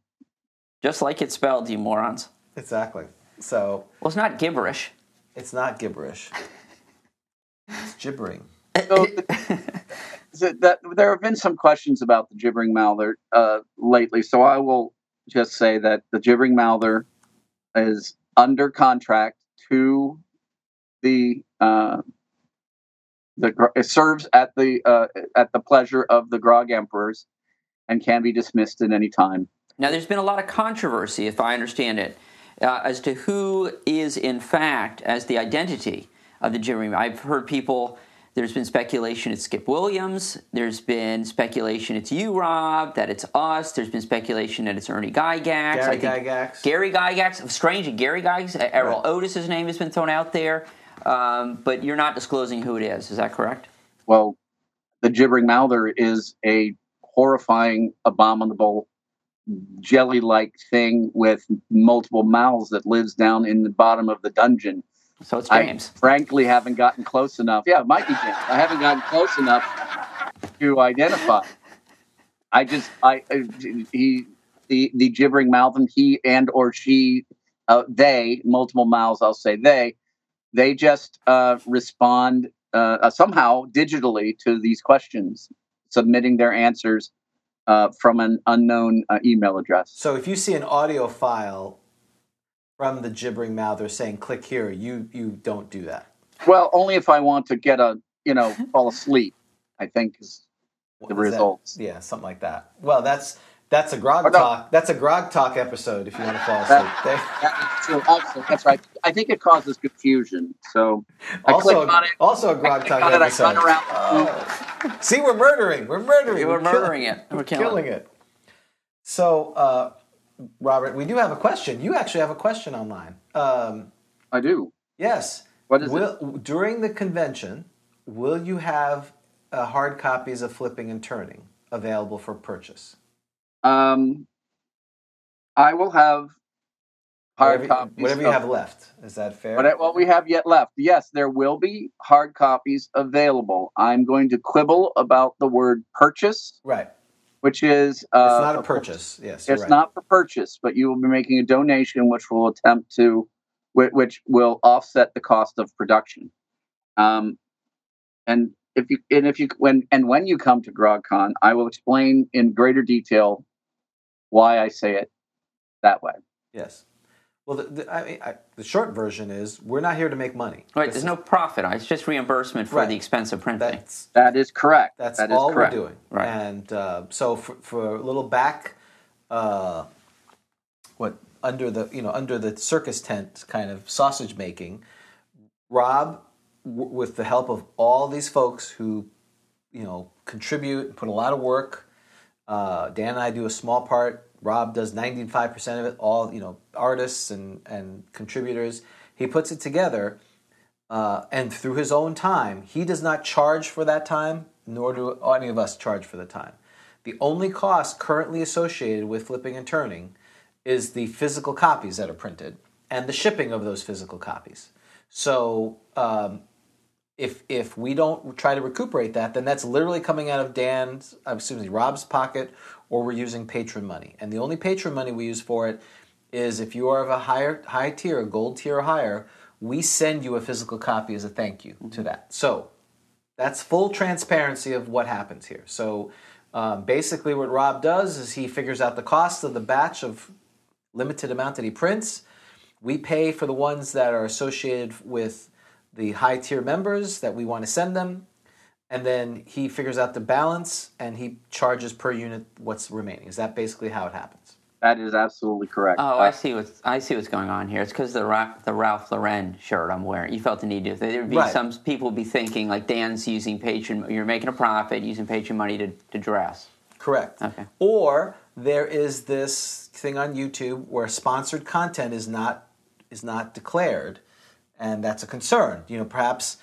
Speaker 3: Just like it's spelled, you morons.
Speaker 4: exactly. So
Speaker 3: Well, it's not gibberish.
Speaker 4: it's not gibberish. It's gibbering.
Speaker 7: So so that, there have been some questions about the gibbering mouther uh, lately, so I will just say that the gibbering mouther is under contract to the uh, the gr- it serves at the uh, at the pleasure of the Grog Emperors and can be dismissed at any time.
Speaker 3: Now, there's been a lot of controversy, if I understand it, uh, as to who is in fact as the identity of the Jim Ream. I've heard people. There's been speculation it's Skip Williams. There's been speculation it's you, Rob. That it's us. There's been speculation that it's Ernie Gygax.
Speaker 4: Gary
Speaker 3: I think
Speaker 4: Gygax.
Speaker 3: Gary Gygax. Strange, Gary Gygax. E- Errol Otis's name has been thrown out there, um, but you're not disclosing who it is. Is that correct?
Speaker 7: well, the gibbering mouther is a horrifying, abominable, jelly like thing with multiple mouths that lives down in the bottom of the dungeon.
Speaker 3: So it's
Speaker 7: I
Speaker 3: James.
Speaker 7: frankly haven't gotten close enough. Yeah, it might be James. I haven't gotten close enough to identify. I just, I, I he, the, the gibbering mouth, and he and or she, uh, they, multiple mouths, I'll say they, they just uh, respond uh, uh, somehow digitally to these questions, submitting their answers uh, from an unknown uh, email address.
Speaker 4: So if you see an audio file from the gibbering mouther saying "click here," you you don't do that.
Speaker 7: Well, only if I want to get a, you know, fall asleep, I think is
Speaker 4: What
Speaker 7: the
Speaker 4: is that?
Speaker 7: results.
Speaker 4: Yeah, something like that. Well, that's that's a grog
Speaker 7: Or no.
Speaker 4: talk. That's a grog talk episode. If you want to fall asleep.
Speaker 7: That-
Speaker 4: There-
Speaker 7: That's true. Also, that's right. I think it causes confusion. So I
Speaker 4: also,
Speaker 7: clicked on it.
Speaker 4: also a
Speaker 7: I
Speaker 4: grog
Speaker 7: clicked
Speaker 4: talk
Speaker 7: on it. I
Speaker 4: episode.
Speaker 7: run around.
Speaker 4: See, we're murdering. We're murdering.
Speaker 3: We're
Speaker 4: kill-
Speaker 3: murdering it. We're killing
Speaker 4: killing it. So, uh, Robert, we do have a question. You actually have a question online. Um,
Speaker 7: I do.
Speaker 4: yes.
Speaker 7: What is
Speaker 4: will, it? During the convention, will you have uh, hard copies of Flipping and Turning available for purchase?
Speaker 7: Um, I will have hard
Speaker 4: whatever,
Speaker 7: copies.
Speaker 4: Whatever you
Speaker 7: of-
Speaker 4: have left. Is that fair?
Speaker 7: What, I- what we have yet left. Yes, there will be hard copies available. I'm going to quibble about the word purchase,
Speaker 4: right. It's
Speaker 7: which is. Uh,
Speaker 4: not a purchase. Yes. you're
Speaker 7: It's
Speaker 4: right.
Speaker 7: not for purchase, but you will be making a donation, which will attempt to, whi- which will offset the cost of production. Um, and if you and if you when and when you come to GrogCon, I will explain in greater detail why I say it that way.
Speaker 4: Yes. Well, the, the, I, mean, I, the short version is we're not here to make money.
Speaker 3: Right.
Speaker 4: This
Speaker 3: There's
Speaker 4: is-
Speaker 3: no profit. It's just reimbursement for
Speaker 4: Right.
Speaker 3: the expense of printing.
Speaker 4: That's
Speaker 7: That is correct.
Speaker 4: That's
Speaker 7: That is
Speaker 4: all
Speaker 7: correct.
Speaker 4: we're doing.
Speaker 3: Right.
Speaker 4: And uh, so for, for a little back, uh, what under the you know under the circus tent kind of sausage making, Rob, w- with the help of all these folks who you know contribute, put a lot of work. Uh, Dan and I do a small part. Rob does ninety five percent of it. All you know, artists and and contributors. He puts it together, uh, and through his own time, he does not charge for that time, nor do any of us charge for the time. The only cost currently associated with flipping and turning is the physical copies that are printed and the shipping of those physical copies. So um, if if we don't try to recuperate that, then that's literally coming out of Dan's, uh, excuse me, Rob's pocket, or we're using patron money. And the only patron money we use for it is if you are of a higher high tier, a gold tier or higher, we send you a physical copy as a thank you to that. So that's full transparency of what happens here. So um, basically, what Rob does is he figures out the cost of the batch of limited amount that he prints. We pay for the ones that are associated with the high tier members that we want to send them. And then he figures out the balance and he charges per unit what's remaining. Is that basically how it happens?
Speaker 7: That is absolutely correct.
Speaker 3: Oh, I see what's I see what's going on here. It's because the Ra- the Ralph Lauren shirt I'm wearing. You felt the need to. There'd be
Speaker 4: Right.
Speaker 3: some people would be thinking like Dan's using patron. You're making a profit using patron money to, to dress.
Speaker 4: Correct.
Speaker 3: Okay.
Speaker 4: Or there is this thing on YouTube where sponsored content is not is not declared, and that's a concern. You know, perhaps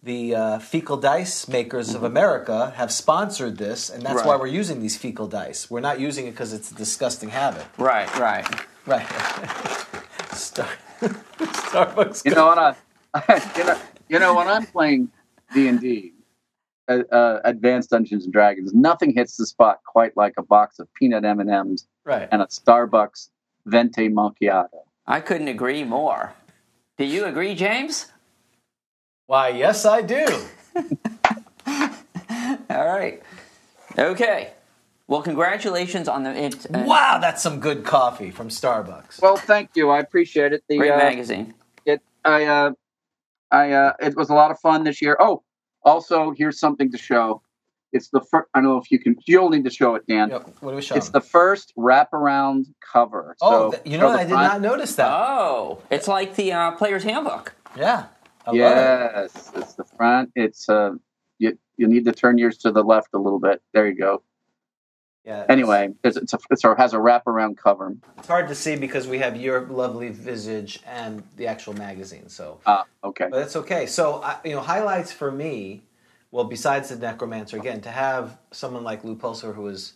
Speaker 4: the uh, fecal dice makers of America have sponsored this, and that's why
Speaker 3: Mm-hmm. Right.
Speaker 4: we're using these fecal dice. We're not using it because it's a disgusting habit.
Speaker 3: Right, right.
Speaker 4: Right. Star- Starbucks.
Speaker 7: you know what I, you know, you know when I'm playing D and D, uh, Advanced Dungeons and Dragons, nothing hits the spot quite like a box of peanut M and M's
Speaker 4: Right.
Speaker 7: and a Starbucks Vente Macchiato.
Speaker 3: I couldn't agree more. Do you agree, James?
Speaker 4: Why? Yes, I do.
Speaker 3: All right. Okay. Well, congratulations on the it's uh,
Speaker 4: wow, that's some good coffee from Starbucks.
Speaker 7: Well, thank you. I appreciate it. The
Speaker 3: great
Speaker 7: uh,
Speaker 3: magazine.
Speaker 7: it I uh, I uh, it was a lot of fun this year. Oh, also here's something to show. It's the first. I don't know if you can. You'll need to show it, Dan.
Speaker 4: Yep. What do we show?
Speaker 7: It's the first wraparound cover.
Speaker 4: oh,
Speaker 7: So,
Speaker 4: th- you
Speaker 7: show
Speaker 4: know,
Speaker 7: the
Speaker 4: I did
Speaker 7: front.
Speaker 4: not notice that.
Speaker 3: Oh, it's like the uh, player's handbook.
Speaker 4: Yeah. I love it.
Speaker 7: yes, it's the front. It's uh, you you need to turn yours to the left a little bit. There you go.
Speaker 4: Yeah.
Speaker 7: Anyway, it's it's a, it's a has a wraparound cover.
Speaker 4: It's hard to see because we have your lovely visage and the actual magazine. So,
Speaker 7: Ah, okay.
Speaker 4: but that's okay. So, I, you know, highlights for me, well, besides the necromancer again, to have someone like Lou Pulsar who is,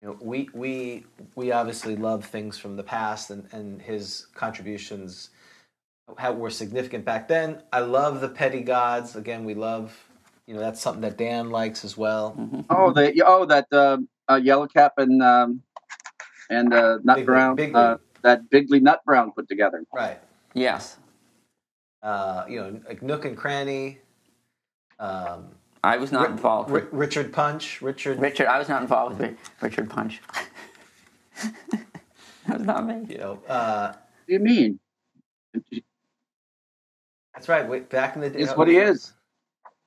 Speaker 4: you know, we we we obviously love things from the past and and his contributions how, were significant back then. I love the petty gods. Again, we love, you know, that's something that Dan likes as well.
Speaker 7: Oh, the oh that uh, uh, yellow cap and um, and uh, nut
Speaker 4: Bigly-
Speaker 7: brown
Speaker 4: Bigly.
Speaker 7: Uh, that Bigley nut brown put together.
Speaker 4: Right.
Speaker 3: Yes,
Speaker 4: Uh, you know, like Nook and Cranny. Um,
Speaker 3: I was not involved.
Speaker 4: Ri- Richard Punch, Richard.
Speaker 3: Richard, I was not involved with Ri- Richard Punch. that was not me.
Speaker 4: You know, uh,
Speaker 7: What do you mean?
Speaker 4: that's right. Wait, back in the day,
Speaker 7: It's what he is.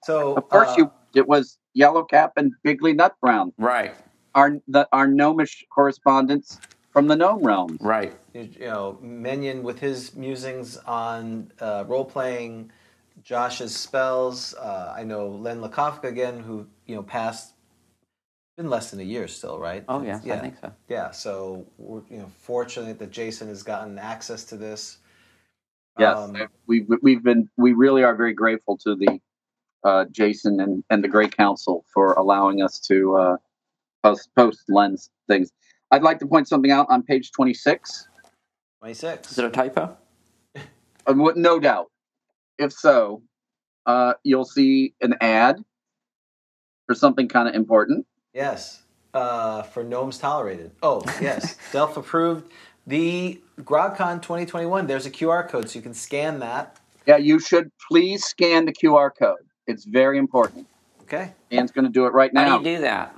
Speaker 4: So
Speaker 7: Of course,
Speaker 4: uh,
Speaker 7: you. It was yellow cap and Bigley nut brown.
Speaker 3: Right,
Speaker 7: Our the our gnomish correspondents from the gnome realms.
Speaker 3: right.
Speaker 4: you know Menion with his musings on uh, role playing, Josh's spells. Uh, I know Len Lakofka again, who you know passed. Been less than a year still, right?
Speaker 3: Oh, yes, I
Speaker 4: yeah,
Speaker 3: think so.
Speaker 4: yeah. So we're you know fortunate that Jason has gotten access to this.
Speaker 7: Yes,
Speaker 4: Um,
Speaker 7: we we've been we really are very grateful to the uh, Jason and, and the Great Council for allowing us to uh, post post lens things. I'd like to point something out on page twenty six.
Speaker 4: Twenty six.
Speaker 3: Is it a typo?
Speaker 7: Uh, No doubt, if so, uh, you'll see an ad for something kind of important.
Speaker 4: Yes. Uh, for gnomes tolerated. Oh, yes. Delph approved the GrogCon 2021. There's a QR code, so you can scan that.
Speaker 7: Yeah, you should please scan the QR code. It's very important.
Speaker 4: Okay.
Speaker 7: Dan's going to do it right
Speaker 3: How
Speaker 7: now.
Speaker 3: do you do that?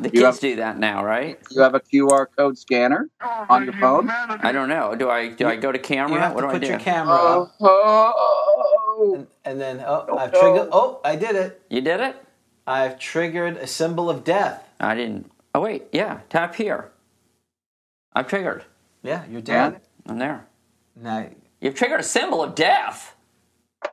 Speaker 3: The
Speaker 7: You
Speaker 3: kids
Speaker 7: have-
Speaker 3: do that now, right?
Speaker 7: you have a QR code scanner on your phone.
Speaker 3: I don't know. Do I do I go to camera?
Speaker 4: You have
Speaker 3: what
Speaker 4: to
Speaker 3: do
Speaker 4: put
Speaker 3: I do?
Speaker 4: your camera
Speaker 7: Oh,
Speaker 4: up,
Speaker 7: oh.
Speaker 4: and, and then oh, I've
Speaker 7: no.
Speaker 4: triggered. Oh, I did it.
Speaker 3: you did it?
Speaker 4: I've triggered a symbol of death.
Speaker 3: I didn't. Oh wait, yeah. Tap here. I've triggered.
Speaker 4: Yeah, you're dead.
Speaker 3: I'm there.
Speaker 4: Now,
Speaker 3: You've triggered a symbol of death. What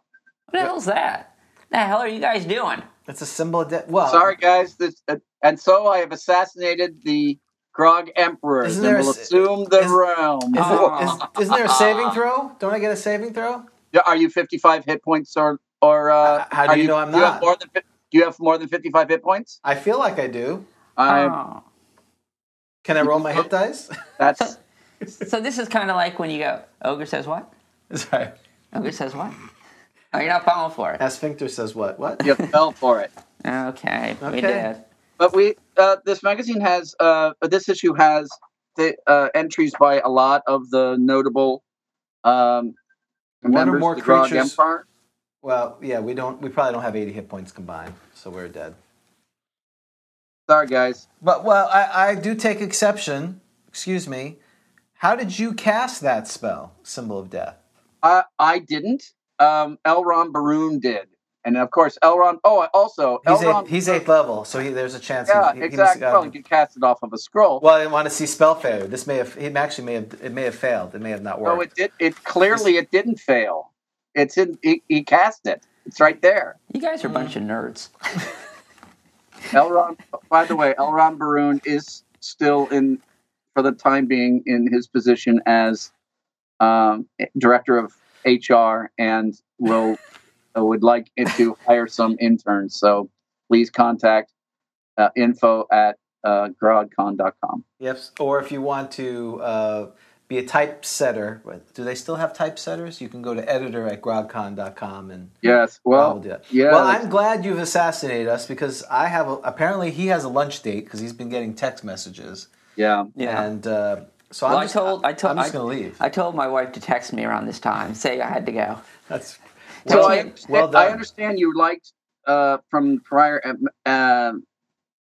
Speaker 3: the hell's that? The hell are you guys doing?
Speaker 4: It's a symbol of death. Well,
Speaker 7: Sorry, guys. This, uh, and so I have assassinated the Grog Emperor
Speaker 4: Isn't
Speaker 7: and
Speaker 4: there a
Speaker 7: will
Speaker 4: s-
Speaker 7: assume the
Speaker 4: is-
Speaker 7: realm.
Speaker 4: Is
Speaker 3: Ah.
Speaker 4: is, not there a saving throw? Don't I get a saving throw?
Speaker 7: Yeah, Are you 55 hit points or or uh,
Speaker 4: How do
Speaker 7: are
Speaker 4: you know I'm
Speaker 7: do You
Speaker 4: not?
Speaker 7: have more than, fif- do you have more than 55 hit points?
Speaker 4: I feel like I do.
Speaker 7: I'm,
Speaker 3: Oh.
Speaker 4: Can I roll my hit dice?
Speaker 7: that's
Speaker 3: So this is kind of like when you go, ogre says what?
Speaker 4: Sorry.
Speaker 3: Ogre says what? Oh, you're not falling for it.
Speaker 4: Asphincter says what? What?
Speaker 7: you fell for it.
Speaker 3: Okay, we
Speaker 4: Okay.
Speaker 3: did.
Speaker 7: But we uh, this magazine has uh, this issue has the uh, entries by a lot of the notable um,
Speaker 4: One or
Speaker 7: members
Speaker 4: more
Speaker 7: of the Grog
Speaker 4: creatures.
Speaker 7: Empire.
Speaker 4: Well, yeah, we don't. We probably don't have 80 hit points combined, so we're dead.
Speaker 7: Sorry, guys.
Speaker 4: But well, I, I do take exception. Excuse me. How did you cast that spell, symbol of death?
Speaker 7: I I didn't. Um, Elron Baroon did, and of course Elron. Oh, I also
Speaker 4: He's
Speaker 7: Elron.
Speaker 4: eighth, he's eighth level, so he, there's a chance. he- he,
Speaker 7: yeah,
Speaker 4: uh, he must
Speaker 7: exactly.
Speaker 4: have
Speaker 7: Well, you
Speaker 4: gotten-
Speaker 7: could cast it off of a scroll.
Speaker 4: well, I want to see spell failure. This may have. He actually may have. It may have failed. It may have not worked.
Speaker 7: no, it did. It clearly it didn't fail. It's in. He, he cast it. It's right there.
Speaker 3: You guys are a bunch
Speaker 4: Mm-hmm.
Speaker 3: of nerds.
Speaker 7: Elron. by the way, Elron Baroon is still in, for the time being, in his position as um, director of HR, and will uh, would like it to hire some interns. So please contact uh, info at uh, grodcon.com.
Speaker 4: Yep. Or if you want to uh, be a typesetter, what- do they still have typesetters? You can go to editor at grogcon.com and
Speaker 7: Yes.
Speaker 4: I
Speaker 7: Well.
Speaker 4: will do that.
Speaker 7: yeah.
Speaker 4: Well, I'm glad you've assassinated us because I have. A, apparently, he has a lunch date because he's been getting text messages,
Speaker 7: yeah.
Speaker 3: Yeah.
Speaker 4: and uh, so
Speaker 3: Well,
Speaker 4: I'm
Speaker 3: I
Speaker 4: just,
Speaker 3: told- I told-
Speaker 4: am just
Speaker 3: I-
Speaker 4: going to leave.
Speaker 3: I told my wife to text me around this time, say I had to go.
Speaker 4: That's
Speaker 7: So
Speaker 4: well,
Speaker 7: I
Speaker 4: done.
Speaker 7: understand,
Speaker 4: well
Speaker 7: I
Speaker 4: done.
Speaker 7: understand you liked uh, from prior um, uh,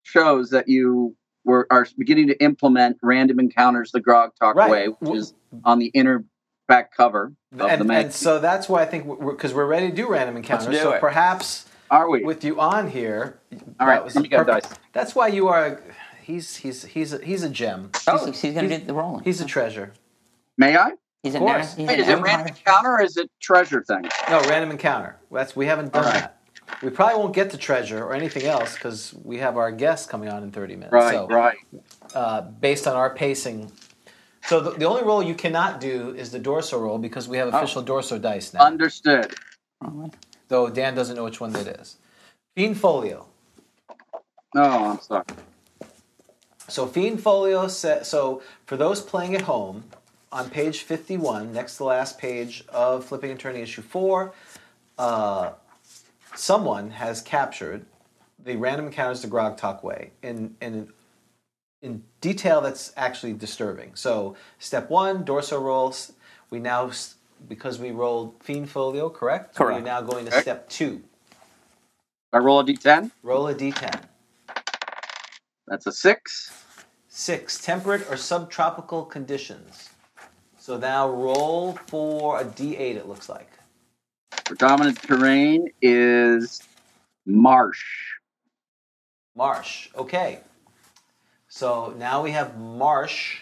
Speaker 7: shows that you were are beginning to implement random encounters the grog talk
Speaker 4: Right.
Speaker 7: way, which is on the inner back cover of the
Speaker 4: And,
Speaker 7: magazine.
Speaker 4: and so that's why I think because we're, ready to do random encounters.
Speaker 3: do
Speaker 4: so
Speaker 3: it.
Speaker 4: perhaps
Speaker 7: are we?
Speaker 4: with you on here,
Speaker 7: All
Speaker 4: that
Speaker 7: right,
Speaker 4: was
Speaker 7: let me get
Speaker 4: perfect.
Speaker 7: dice.
Speaker 4: That's why you are. He's he's he's a, he's a gem.
Speaker 3: Oh, he's, going to do the rolling.
Speaker 4: He's a treasure.
Speaker 7: May I?
Speaker 3: He's
Speaker 4: of
Speaker 3: an,
Speaker 4: course.
Speaker 3: he's
Speaker 7: Wait, is
Speaker 3: an
Speaker 7: it random
Speaker 3: empire.
Speaker 7: encounter or is it treasure thing?
Speaker 4: No, random encounter. That's we haven't done
Speaker 7: All right.
Speaker 4: that. We probably won't get to treasure or anything else because we have our guest coming on in thirty minutes.
Speaker 7: Right,
Speaker 4: so,
Speaker 7: right.
Speaker 4: Uh, based on our pacing, so the, the only roll you cannot do is the dorso roll because we have
Speaker 7: Oh.
Speaker 4: official dorso dice now.
Speaker 7: Understood.
Speaker 4: though Dan doesn't know which one that is. Fiend folio.
Speaker 7: Oh, I'm sorry.
Speaker 4: So Fiend Folio sa so for those playing at home, on page 51, next to last page of Flipping Attorney issue 4, uh, someone has captured the random encounters to Grog Talk Way in, in, in detail that's actually disturbing. So step one, dorso rolls. We now, s- because we rolled Fiend Folio, correct?
Speaker 3: Correct.
Speaker 4: We're now going to
Speaker 7: Correct.
Speaker 4: step two.
Speaker 7: I roll a d10.
Speaker 4: Roll a d10.
Speaker 7: That's a six.
Speaker 4: Six, temperate or subtropical conditions. So now roll for a d8, it looks like.
Speaker 7: Predominant terrain is marsh.
Speaker 4: Marsh. Okay. So now we have marsh.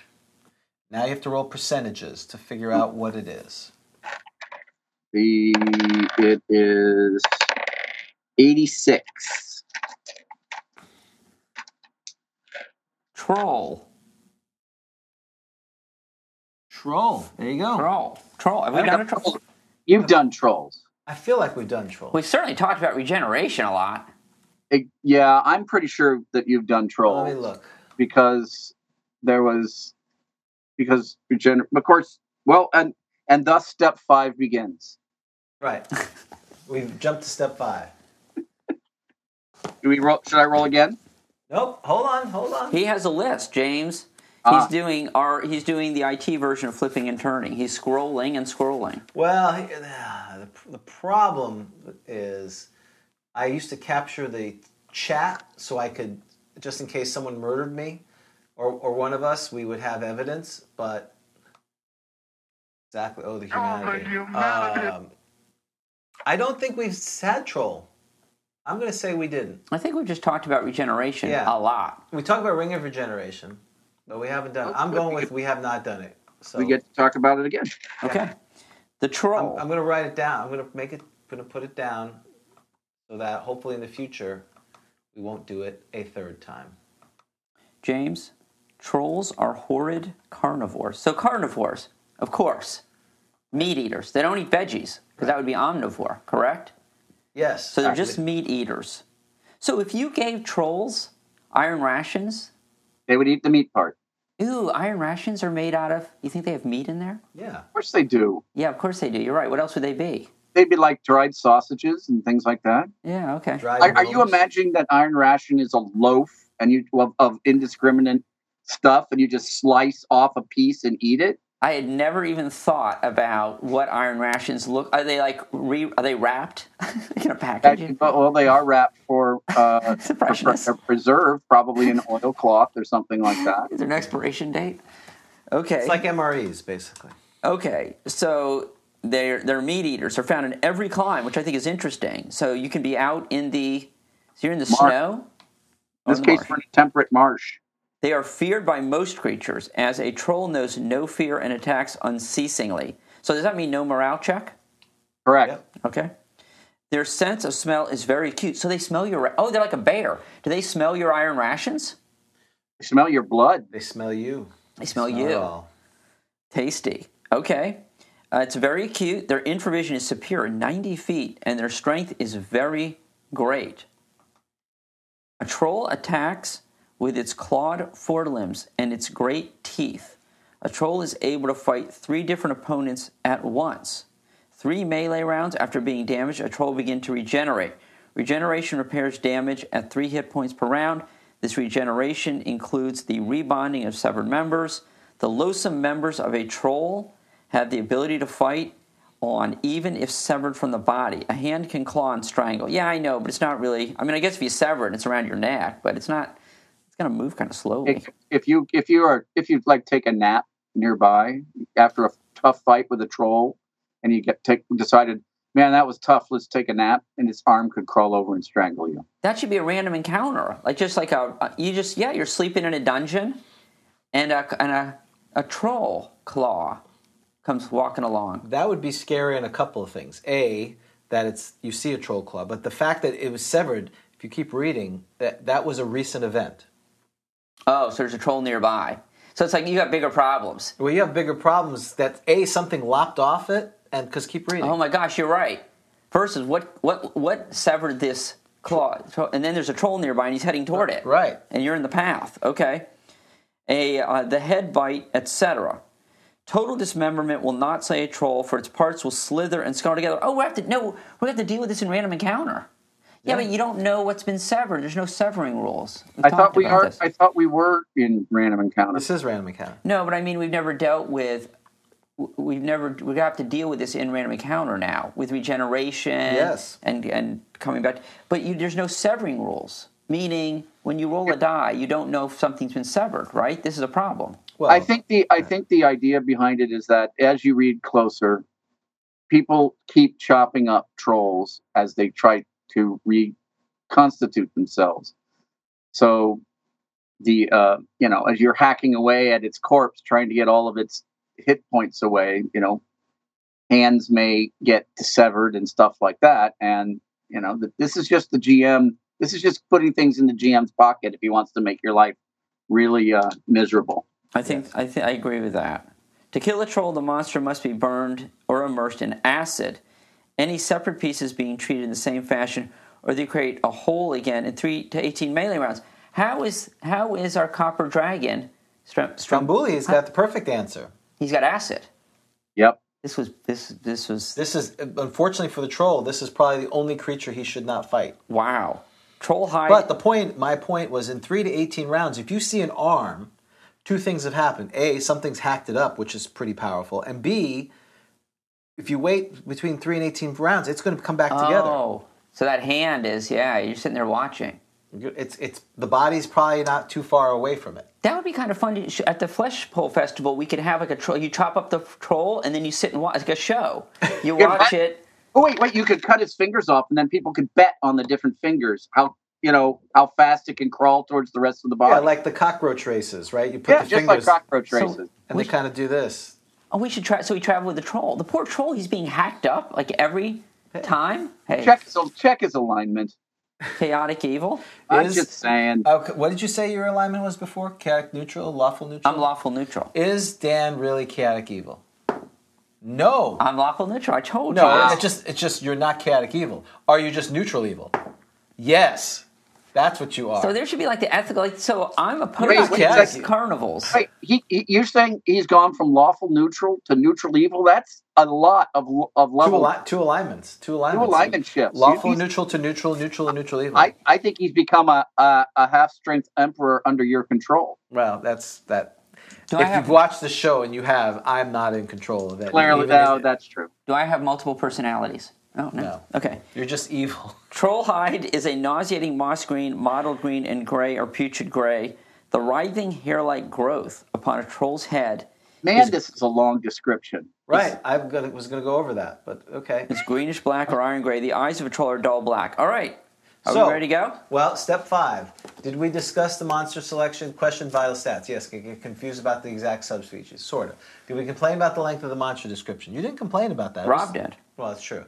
Speaker 4: Now you have to roll percentages to figure out what it is.
Speaker 7: The it is eighty six.
Speaker 3: Troll.
Speaker 4: Troll. There you go.
Speaker 3: Troll. Troll. Have we done a troll?
Speaker 7: You've done trolls.
Speaker 4: I feel like we've done troll.
Speaker 3: We've certainly talked about regeneration a lot.
Speaker 7: It- yeah, I'm pretty sure that you've
Speaker 4: Let
Speaker 7: done
Speaker 4: me
Speaker 7: trolls
Speaker 4: look.
Speaker 7: because there was because regener- of course. Well, and and thus step five begins.
Speaker 4: Right. we've jumped to step five.
Speaker 7: Do we roll? Should I roll again?
Speaker 4: Nope. Hold on. Hold on.
Speaker 3: He has a list, James.
Speaker 7: Ah.
Speaker 3: He's doing our he's doing the IT version of flipping and turning. He's scrolling and scrolling.
Speaker 4: Well, he- ah, the, the problem is I used to capture the chat so I could, just in case someone murdered me or, or one of us, we would have evidence, but. Exactly. Oh, the humanity. Um, I don't think we've had troll. I'm going to say we didn't.
Speaker 3: I think we've just talked about regeneration
Speaker 4: Yeah.
Speaker 3: a lot.
Speaker 4: We talked about Ring of Regeneration, but we haven't done it. I'm going with we have not done it. So
Speaker 7: We get to talk about it again.
Speaker 3: Okay. The
Speaker 4: I'm,
Speaker 3: troll.
Speaker 4: I'm going to write it down. I'm going to make it. Going to put it down. so that hopefully in the future we won't do it a third time.
Speaker 3: James, trolls are horrid carnivores. So carnivores, of course, meat eaters. They don't eat veggies because that would be omnivore, correct?
Speaker 4: Yes.
Speaker 3: So they're just meat eaters. So if you gave trolls iron rations,
Speaker 7: They would eat the meat part.
Speaker 3: ooh, iron rations are made out of. You think they have meat in there?
Speaker 4: yeah.
Speaker 7: Of course they do.
Speaker 3: Yeah, of course they do. You're right. What else would they be?
Speaker 7: They'd be like dried sausages and things like that.
Speaker 3: Yeah, okay.
Speaker 4: Dried
Speaker 7: Are, are you
Speaker 4: bones.
Speaker 7: imagining that iron ration is a loaf and you of, of indiscriminate stuff and you just slice off a piece and eat it?
Speaker 3: I had never even thought about what iron rations look. Are they like re? Are they wrapped in a
Speaker 7: That-
Speaker 3: package?
Speaker 7: but, well, they are wrapped for, uh,
Speaker 3: It's a
Speaker 7: for- for-
Speaker 3: freshness.
Speaker 7: they're preserved, probably in oilcloth or something like that.
Speaker 3: Is there an expiration date? Okay.
Speaker 4: It's like MREs, basically.
Speaker 3: Okay, so they're they're meat eaters. They're found in every climb, which I think is interesting. So you can be out in the, so you're in the
Speaker 7: Marsh.
Speaker 3: snow.
Speaker 7: In
Speaker 3: or
Speaker 7: this
Speaker 3: the
Speaker 7: case,
Speaker 3: marsh.
Speaker 7: for an temperate marsh.
Speaker 3: they are feared by most creatures, as a troll knows no fear and attacks unceasingly. So does that mean no morale check?
Speaker 7: Correct.
Speaker 3: Okay. Their sense of smell is very acute. So they smell your. Ra- oh, they're like a bear. Do they smell your iron rations?
Speaker 7: You smell your blood.
Speaker 4: They smell you.
Speaker 3: They smell
Speaker 4: Not
Speaker 3: you.
Speaker 4: at all.
Speaker 3: Tasty. Okay. Uh, it's very acute. Their infravision is superior, 90 feet, and their strength is very great. A troll attacks with its clawed forelimbs and its great teeth. A troll is able to fight three different opponents at once. Three melee rounds after being damaged, a troll begin to regenerate. Regeneration repairs damage at three hit points per round. This regeneration includes the rebonding of severed members. The loathsome members of a troll have the ability to fight on even if severed from the body. A hand can claw and strangle. Yeah, I know, but it's not really. I mean, I guess if you sever it, it's around your neck, but it's not. It's going to move kind of slowly.
Speaker 7: If, if you if you are if you like take a nap nearby after a tough fight with a troll, and you get take, decided, man, that was tough. Let's take a nap, and its arm could crawl over and strangle you.
Speaker 3: that should be a random encounter like just like a, a- you just yeah you're sleeping in a dungeon and a and a, a troll claw comes walking along
Speaker 4: That would be scary in a couple of things. A, that it's you see a troll claw, but the fact that it was severed, if you keep reading, that that was a recent event.
Speaker 3: oh so there's a troll nearby so it's like you got bigger problems
Speaker 4: Well, you have bigger problems that A, something lopped off it, and because keep reading.
Speaker 3: oh my gosh you're right first is what what what severed this claw Tro- and then there's a troll nearby and he's heading toward it
Speaker 4: Right.
Speaker 3: and you're in the path okay a uh, the head bite etc Total dismemberment will not slay a troll, for its parts will slither and scar together. Oh, we have to no, we have to deal with this in random encounter. Yeah, but you don't know what's been severed. There's no severing rules. We've
Speaker 7: I thought
Speaker 3: talked
Speaker 7: we
Speaker 3: about
Speaker 7: are.
Speaker 3: this.
Speaker 7: I thought we were in random encounters.
Speaker 4: This is random encounter.
Speaker 3: no, but I mean, we've never dealt with. w- We've never we have to deal with this in random encounter now with regeneration.
Speaker 4: Yes.
Speaker 3: and and coming back, but you, there's no severing rules. Meaning, when you roll a die, you don't know if something's been severed. Right? This is a problem.
Speaker 4: Well,
Speaker 7: I think the I think the idea behind it is that as you read closer, people keep chopping up trolls as they try to reconstitute themselves. So the uh, you know as you're hacking away at its corpse, trying to get all of its hit points away, you know, hands may get severed and stuff like that. And you know th- this is just the GM. This is just putting things in the GM's pocket if he wants to make your life really uh, miserable.
Speaker 3: I think I think I agree with that. To kill a troll, the monster must be burned or immersed in acid. Any separate pieces being treated in the same fashion, or they create a hole again in three to eighteen melee rounds. How is how is our copper dragon? Strum, strum,
Speaker 4: Trambuli's got the perfect answer.
Speaker 3: he's got acid.
Speaker 7: Yep.
Speaker 3: This was this this was
Speaker 4: This is unfortunately for the troll. This is probably the only creature he should not fight.
Speaker 3: wow. Troll hide.
Speaker 4: But the point, my point was, in three to eighteen rounds, if you see an arm, two things have happened: a, something's hacked it up, which is pretty powerful, and b, if you wait between three and eighteen rounds, it's going to come back
Speaker 3: Oh, so that hand is yeah. You're sitting there watching.
Speaker 4: together. It's it's the body's probably not too far away from it.
Speaker 3: That would be kind of fun. To, sh- at the Flesh Pole Festival, we could have like a troll. You chop up the f- troll, and then you sit and watch like a show. You
Speaker 7: Yeah,
Speaker 3: watch
Speaker 7: but-
Speaker 3: it.
Speaker 7: Oh wait, wait! You could cut his fingers off, and then people could bet on the different fingers how you know how fast it can crawl towards the rest of the body.
Speaker 4: Yeah, like the cockroach races, right? You put
Speaker 7: Yeah,
Speaker 4: the
Speaker 7: just
Speaker 4: fingers,
Speaker 7: like cockroach
Speaker 3: So-
Speaker 7: races.
Speaker 4: and they kind of do this.
Speaker 3: Oh, we should try. So we travel with the troll. The poor troll. He's being hacked up. Like every Time? Hey,
Speaker 7: Check his check his alignment.
Speaker 3: chaotic evil.
Speaker 7: I'm
Speaker 4: Is-
Speaker 7: just saying.
Speaker 4: Okay, what did you say your alignment was before? Chaotic neutral, lawful neutral.
Speaker 3: I'm lawful neutral.
Speaker 4: Is Dan really chaotic evil? No,
Speaker 3: I'm lawful neutral. I told
Speaker 4: no.
Speaker 3: you.
Speaker 4: It's just it's just you're not chaotic evil. Are you just neutral evil? Yes, that's what you are.
Speaker 3: So there should be like the ethical. Like, so I'm
Speaker 7: Wait,
Speaker 3: opposed
Speaker 4: wait a
Speaker 3: to
Speaker 4: second.
Speaker 3: carnivals.
Speaker 7: Wait, he, he, you're saying he's gone from lawful neutral to neutral evil? That's a lot of of
Speaker 4: two,
Speaker 7: level.
Speaker 4: ali- two alignments. Two alignments.
Speaker 7: alignment shifts.
Speaker 4: Lawful
Speaker 7: He's-
Speaker 4: neutral to neutral, neutral and neutral evil.
Speaker 7: I, I think he's become a, a, a half strength emperor under your control.
Speaker 4: well, that's that.
Speaker 3: Do I
Speaker 4: If
Speaker 3: have
Speaker 4: you've watched the show and you have, I'm not in control of it.
Speaker 7: Clearly,
Speaker 4: Even if-
Speaker 7: no, that's true.
Speaker 3: Do I have multiple personalities? Oh no.
Speaker 4: No.
Speaker 3: Okay.
Speaker 4: You're just evil.
Speaker 3: Trollhide is a nauseating moss green, mottled green, and gray or putrid gray. The writhing hair-like growth upon a troll's head
Speaker 7: Man, this is a long description.
Speaker 4: Right. I was going to go over that, but okay.
Speaker 3: is greenish black or iron gray. The eyes of a troll are dull black. All right. Are
Speaker 4: So-
Speaker 3: we ready to go?
Speaker 4: Well, step five. Did we discuss the monster selection? Question vital stats. Yes, can get confused about the exact subspecies, sort of. Did we complain about the length of the monster description? You didn't complain about that.
Speaker 3: Rob
Speaker 4: It was-
Speaker 3: did.
Speaker 4: Well, that's true.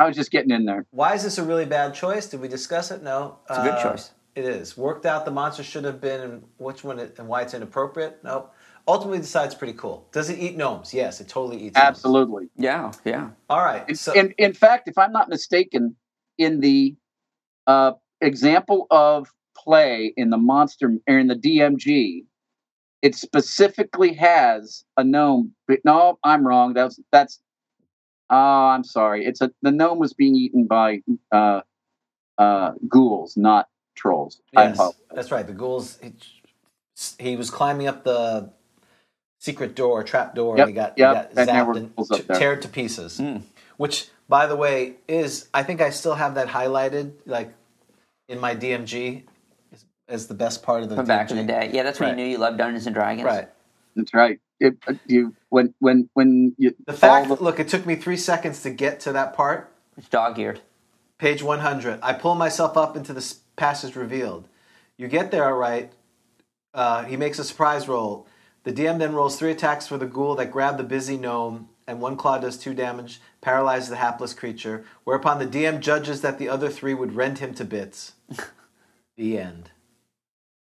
Speaker 7: I was just getting in there.
Speaker 4: Why is this a really bad choice? Did we discuss it? No. It's
Speaker 3: a good choice.
Speaker 4: It is. Worked out the monster should have been and which one it, and why it's inappropriate? Nope. Ultimately decides pretty cool. Does it eat gnomes? Yes, it totally eats gnomes.
Speaker 7: Absolutely.
Speaker 3: Yeah, yeah.
Speaker 4: All right.
Speaker 7: In,
Speaker 4: So
Speaker 7: in, in fact, if I'm not mistaken, in the uh, example of play in the monster or in the DMG, it specifically has a gnome. But no, I'm wrong. That's that's. Oh, I'm sorry. It's a the gnome was being eaten by uh, uh, ghouls, not trolls. I
Speaker 4: Yes,
Speaker 7: apologize.
Speaker 4: that's right. The ghouls. He, he was climbing up the secret door, trap door,
Speaker 7: Yep,
Speaker 4: and he got,
Speaker 7: yep,
Speaker 4: he got
Speaker 7: and there
Speaker 4: zapped
Speaker 7: were
Speaker 4: and
Speaker 7: ghouls up
Speaker 4: t-
Speaker 7: there. Hmm.
Speaker 4: teared to pieces. Which, by the way, is I think I still have that highlighted, like in my DMG, as, as the best part of the
Speaker 3: From
Speaker 4: DMG.
Speaker 3: back in the day. Yeah, that's when
Speaker 4: Right.
Speaker 3: you knew you loved Dungeons and Dragons.
Speaker 4: Right.
Speaker 7: That's right. It, uh, you when when when you
Speaker 4: The fact.
Speaker 7: all the-
Speaker 4: look, it took me three seconds to get to that part.
Speaker 3: It's dog eared.
Speaker 4: Page 100. I pull myself up into the s- passage revealed. You get there all right. Uh, he makes a surprise roll. The DM then rolls three attacks for the ghoul that grabbed the busy gnome, and one claw does two damage, paralyzes the hapless creature, whereupon the DM judges that the other three would rend him to bits. the end.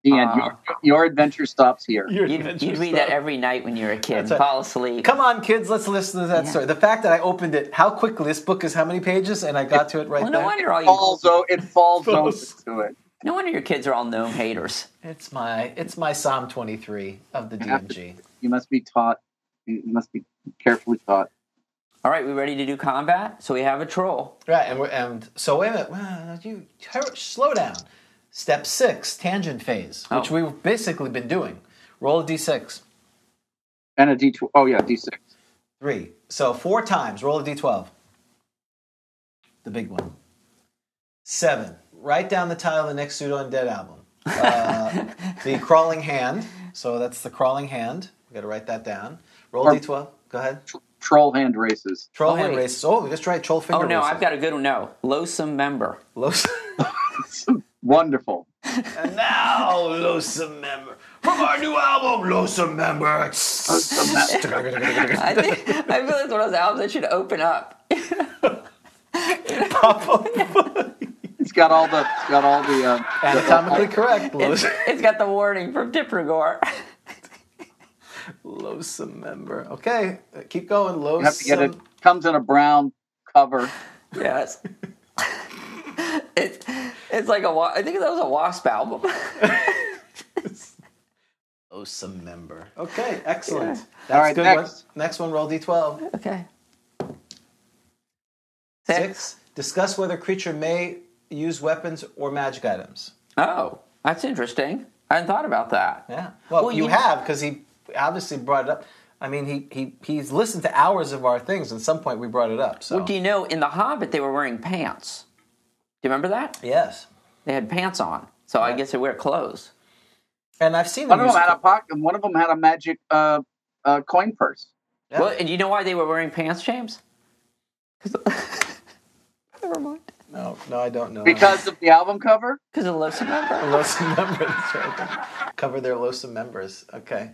Speaker 7: the end. Your, your adventure stops here.
Speaker 3: You'd, you'd read that every night when you were a kid and
Speaker 4: right.
Speaker 3: fall asleep.
Speaker 4: Come on, kids, let's listen to that
Speaker 3: Yeah.
Speaker 4: story. The fact that I opened it, how quickly this book is how many pages, and I got to it right
Speaker 3: Well, no
Speaker 4: there.
Speaker 3: wonder all
Speaker 7: Falls
Speaker 3: you,
Speaker 7: o- it falls over to it.
Speaker 3: no wonder your kids are all gnome haters.
Speaker 4: It's my it's my Psalm 23 of the
Speaker 7: have to-
Speaker 4: DMG.
Speaker 7: You must be taught. You must be carefully taught.
Speaker 3: All right, we ready to do combat? So we have a troll.
Speaker 4: Right, and, we're, and so wait a minute. Well, you hurry- slow down. Step six, tangent phase, which
Speaker 3: Oh.
Speaker 4: we've basically been doing. Roll a d6,
Speaker 7: And a D twelve. Oh yeah, D six.
Speaker 4: three. So four times. Roll a d12. The big one. Seven. Write down the title of the next pseudo undead album. Uh, the crawling hand. So that's the crawling hand. We got to write that down. Roll
Speaker 7: Or-
Speaker 4: d12. Go ahead.
Speaker 7: Troll hand races.
Speaker 4: Troll
Speaker 3: Oh,
Speaker 4: hand
Speaker 3: wait.
Speaker 4: races. Oh, that's right. Troll finger.
Speaker 3: Oh no,
Speaker 4: races.
Speaker 3: I've got a good one. No, loathsome member.
Speaker 4: Los-
Speaker 7: Wonderful.
Speaker 4: And now, Losa Member. From our new album, Losa Member.
Speaker 3: I think I feel like one of those albums that should open up.
Speaker 7: It's got all the. It's got all the. Uh,
Speaker 4: Anatomically correct,
Speaker 3: It's,
Speaker 4: Losa
Speaker 3: it's got the warning from Tipper Gore.
Speaker 4: Losa Member. Okay, keep going,
Speaker 7: you have to get it.
Speaker 4: Losa.
Speaker 7: Comes in a brown cover.
Speaker 3: Yes. It's it's like a wa- I think that was a Wasp album.
Speaker 4: Losa Member. Okay, excellent. That's
Speaker 7: All right,
Speaker 4: good
Speaker 7: next.
Speaker 4: One. Next one, roll d12.
Speaker 3: Okay. Six.
Speaker 4: Six. Discuss whether creature may use weapons or magic items.
Speaker 3: Oh, that's interesting. I hadn't thought about that.
Speaker 4: Yeah. Well,
Speaker 3: Well,
Speaker 4: you,
Speaker 3: you-
Speaker 4: have because he obviously brought it up. I mean, he, he he's listened to hours of our things. and At some point, we brought it up. So
Speaker 3: Well, do you know in The Hobbit they were wearing pants? Do you remember that?
Speaker 4: yes.
Speaker 3: They had pants on, so I guess they wear clothes.
Speaker 4: And I've seen
Speaker 7: One
Speaker 4: them.
Speaker 7: of
Speaker 4: Use
Speaker 7: them had a pocket. One of them had a magic uh, uh, coin purse.
Speaker 4: Yeah.
Speaker 3: Well, and you know why they were wearing pants, James? 'Cause- Never mind.
Speaker 4: no, Oh, no, I don't know.
Speaker 7: Because of the album cover.
Speaker 3: Because of Los Member.
Speaker 4: Losum members right? cover their losum members. Okay.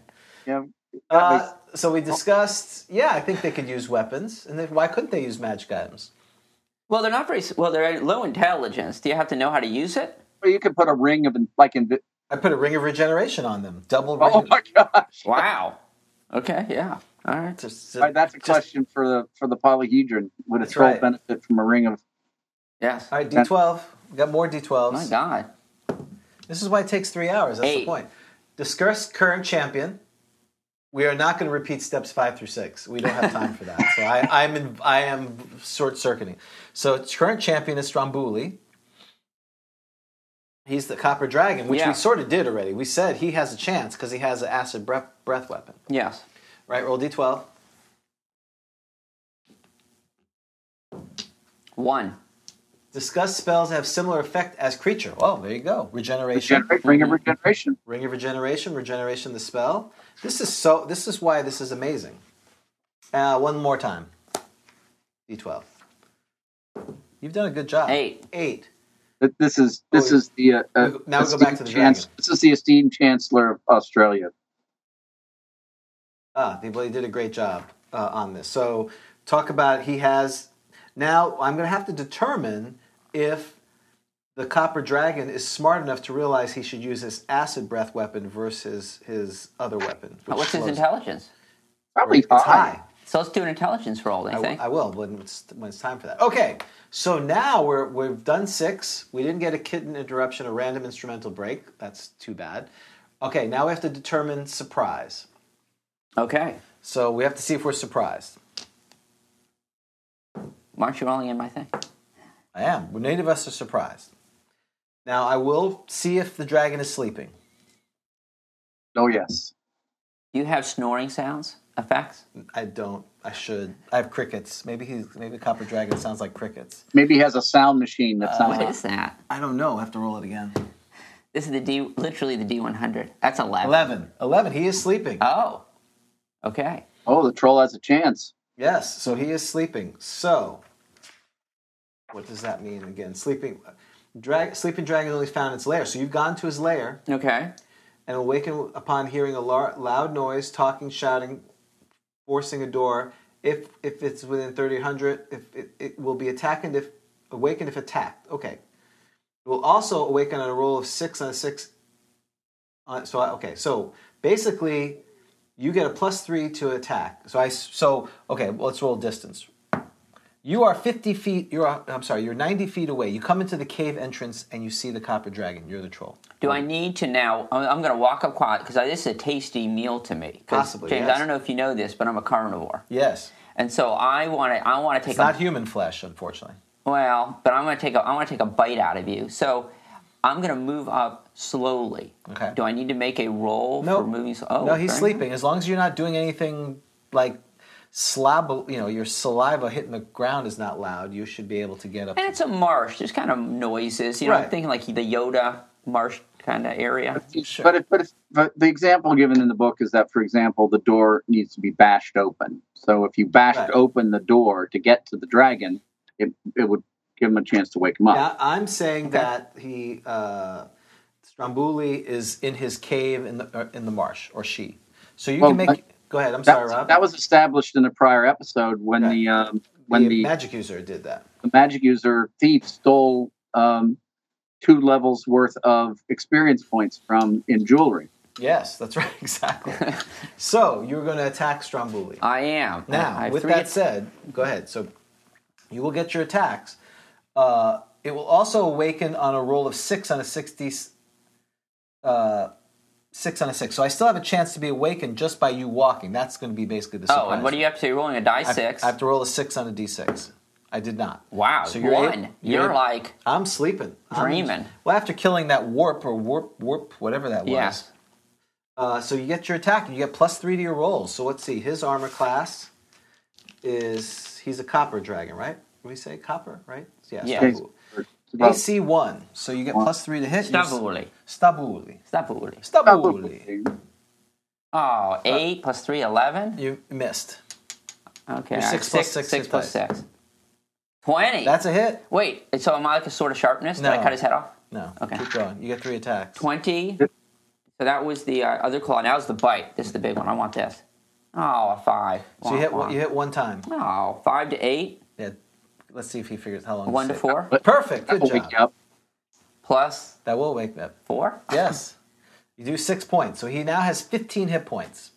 Speaker 7: Yeah.
Speaker 4: Uh, so we discussed. Yeah, I think they could use weapons, and then why couldn't they use magic items?
Speaker 3: Well, they're not very s- well. They're low intelligence. Do you have to know how to use it?
Speaker 7: Or you could put a ring of like invi-
Speaker 4: I put a ring of regeneration on them. Double ring.
Speaker 7: Oh my gosh!
Speaker 3: Wow. Okay. Yeah. All right.
Speaker 4: Just-
Speaker 7: All right, that's a
Speaker 4: just-
Speaker 7: question for the for the polyhedron. Would a
Speaker 4: That's
Speaker 7: troll
Speaker 4: right.
Speaker 7: benefit from a ring of?
Speaker 3: Yes.
Speaker 4: All right, D12. We got more D12s.
Speaker 3: My God.
Speaker 4: This is why it takes three hours. That's
Speaker 3: Eight.
Speaker 4: the point. Discuss current champion. We are not going to repeat steps five through six. We don't have time for that. So I, I'm in, I am short circuiting. So its current champion is Stromboli. He's the Copper Dragon, which
Speaker 3: Yeah.
Speaker 4: we sort of did already. We said he has a chance because he has an acid breath, breath weapon.
Speaker 3: Yes.
Speaker 4: Right? Roll D12.
Speaker 3: One.
Speaker 4: Discuss spells that have similar effect as creature. Oh, there you go. Regeneration.
Speaker 7: Regenerate, ring of regeneration.
Speaker 4: Ring of Regeneration, Regeneration the spell. This is so. This is why this is amazing. Uh, one more time. D12. You've done a good job.
Speaker 3: Eight.
Speaker 4: Eight.
Speaker 7: That This is this
Speaker 4: Oh,
Speaker 7: is the uh,
Speaker 4: we
Speaker 7: uh,
Speaker 4: go- now we go back to the
Speaker 7: esteemed chance,
Speaker 4: dragon.
Speaker 7: This is the esteemed Chancellor of Australia.
Speaker 4: Ah, they really did a great job uh, on this. So talk about he has. Now I'm going to have to determine if the Copper Dragon is smart enough to realize he should use his acid breath weapon versus his other weapon. which
Speaker 3: What's his
Speaker 4: slows-
Speaker 3: intelligence?
Speaker 7: Probably
Speaker 4: It's high.
Speaker 3: So let's do an intelligence roll. I
Speaker 4: I,
Speaker 3: think.
Speaker 4: I will when it's, when it's time for that. Okay, so now we're, we've done six. We didn't get a kitten interruption, a random instrumental break. That's too bad. Okay, now we have to determine surprise.
Speaker 3: Okay.
Speaker 4: So we have to see if we're surprised.
Speaker 3: Aren't you rolling in my thing?
Speaker 4: I am. Well, None of us are surprised. Now I will see if the dragon is sleeping.
Speaker 7: Oh yes.
Speaker 3: Do you have snoring sounds effects?
Speaker 4: I don't. I should. I have crickets. Maybe he's. Maybe copper dragon sounds like crickets.
Speaker 7: Maybe he has a sound machine that sounds.
Speaker 3: What
Speaker 4: Uh-huh.
Speaker 3: is that?
Speaker 4: I don't know. I have to roll it again.
Speaker 3: This is the D, literally the D100. That's 11.
Speaker 4: Eleven. Eleven. He is sleeping.
Speaker 3: Oh, okay.
Speaker 7: oh, the troll has a chance.
Speaker 4: Yes, so he is sleeping. So, what does that mean again? Sleeping, drag, sleeping dragon only found its lair. So you've gone to his lair
Speaker 3: Okay.
Speaker 4: and awaken upon hearing a lar- loud noise, talking, shouting, forcing a door. If if it's within thirty hundred, if it, it will be attacked and if awakened if attacked. Okay, it will also awaken on a roll of six on a six. On, so I- okay, so basically, you get a plus three to attack. So I s- so okay, let's roll distance. You are fifty feet. You're I'm sorry. You're ninety feet away. You come into the cave entrance and you see the copper dragon. You're the troll.
Speaker 3: Do I need to now? I'm, I'm going to walk up quiet because this is a tasty meal to me. 'Cause,
Speaker 4: Possibly,
Speaker 3: James.
Speaker 4: yes.
Speaker 3: I don't know if you know this, but I'm a carnivore,
Speaker 4: Yes.
Speaker 3: and so I want to. I want to take
Speaker 4: It's not
Speaker 3: a
Speaker 4: human flesh, unfortunately.
Speaker 3: well, but I'm going to take a. I want to take a bite out of you. So I'm going to move up slowly.
Speaker 4: Okay.
Speaker 3: Do I need to make a roll
Speaker 4: Nope.
Speaker 3: for moving? s- Oh,
Speaker 4: no, he's
Speaker 3: very-
Speaker 4: sleeping. As long as you're not doing anything like slob, you know, your saliva hitting the ground is not loud. You should be able to get up.
Speaker 3: And it's a marsh. There's kind of noises. You know, I'm
Speaker 4: Right.
Speaker 3: thinking like the Yoda marsh kind of area.
Speaker 4: Sure.
Speaker 7: But if, but if but the example given in the book is that, for example, the door needs to be bashed open. So if you bashed
Speaker 4: Right.
Speaker 7: open the door to get to the dragon, it it would give him a chance to wake him up.
Speaker 4: Yeah, I'm saying that he uh, Stromboli is in his cave in the uh, in the marsh, or she. So you
Speaker 7: Well,
Speaker 4: can make.
Speaker 7: I-
Speaker 4: go ahead. I'm
Speaker 7: that,
Speaker 4: sorry,
Speaker 7: was,
Speaker 4: Rob.
Speaker 7: that was established in a prior episode when
Speaker 4: Right.
Speaker 7: the um, when the,
Speaker 4: magic user did that.
Speaker 7: the magic user thief stole um, two levels worth of experience points from in jewelry.
Speaker 4: Yes, that's right. Exactly. so you're going to attack Stromboli.
Speaker 3: I am
Speaker 4: Now,
Speaker 3: I have
Speaker 4: with
Speaker 3: three
Speaker 4: that said, go ahead. So you will get your attacks. Uh, it will also awaken on a roll of six on a sixty. Uh, six on a six. So I still have a chance to be awakened just by you walking. That's going to be basically the.
Speaker 3: Oh,
Speaker 4: surprise.
Speaker 3: and what do you have to? You're rolling a die
Speaker 4: I have-
Speaker 3: six.
Speaker 4: I have to roll a six on a d6. I did not.
Speaker 3: wow,
Speaker 4: you're
Speaker 3: one.
Speaker 4: ab-
Speaker 3: you're,
Speaker 4: ab-
Speaker 3: like
Speaker 4: I'm sleeping, I'm-
Speaker 3: dreaming.
Speaker 4: well, after killing that warp or warp warp whatever that was.
Speaker 3: yes.
Speaker 4: Uh, so you get your attack. You get plus three to your rolls. So let's see. His armor class is he's a copper dragon, right? What do we say? Copper, right? Yes.
Speaker 3: Yeah.
Speaker 4: Stabuli.
Speaker 7: Well,
Speaker 4: AC one. So you get plus three to hit. You're s-
Speaker 3: Stabuli.
Speaker 4: Stabuli.
Speaker 3: Stabuli.
Speaker 4: Stabuli. Uh,
Speaker 3: Oh, eight plus three, eleven.
Speaker 4: You missed.
Speaker 3: Okay,
Speaker 4: Your
Speaker 3: all right,
Speaker 4: six plus six
Speaker 3: six
Speaker 4: hit
Speaker 3: plus
Speaker 4: dice.
Speaker 3: six. Twenty.
Speaker 4: That's a hit.
Speaker 3: Wait, so am I like a sword of sharpness? Did I
Speaker 4: No.
Speaker 3: cut his head off?
Speaker 4: No.
Speaker 3: Okay.
Speaker 4: Keep going. You get three attacks.
Speaker 3: Twenty. So that was the uh, other claw. Now it's the bite. This is the big one. I want this. Oh, a five.
Speaker 4: So you
Speaker 3: Wah,
Speaker 4: hit
Speaker 3: wah.
Speaker 4: one, you hit one time.
Speaker 3: Oh, five to eight.
Speaker 4: Yeah. Let's see if he figures how long.
Speaker 3: One to
Speaker 4: this
Speaker 3: four
Speaker 4: takes. Perfect. Good
Speaker 7: I'll wake
Speaker 4: job.
Speaker 7: you up.
Speaker 3: plus
Speaker 4: That will wake me up.
Speaker 3: four.
Speaker 4: Yes. you do six points. So he now has 15 hit points.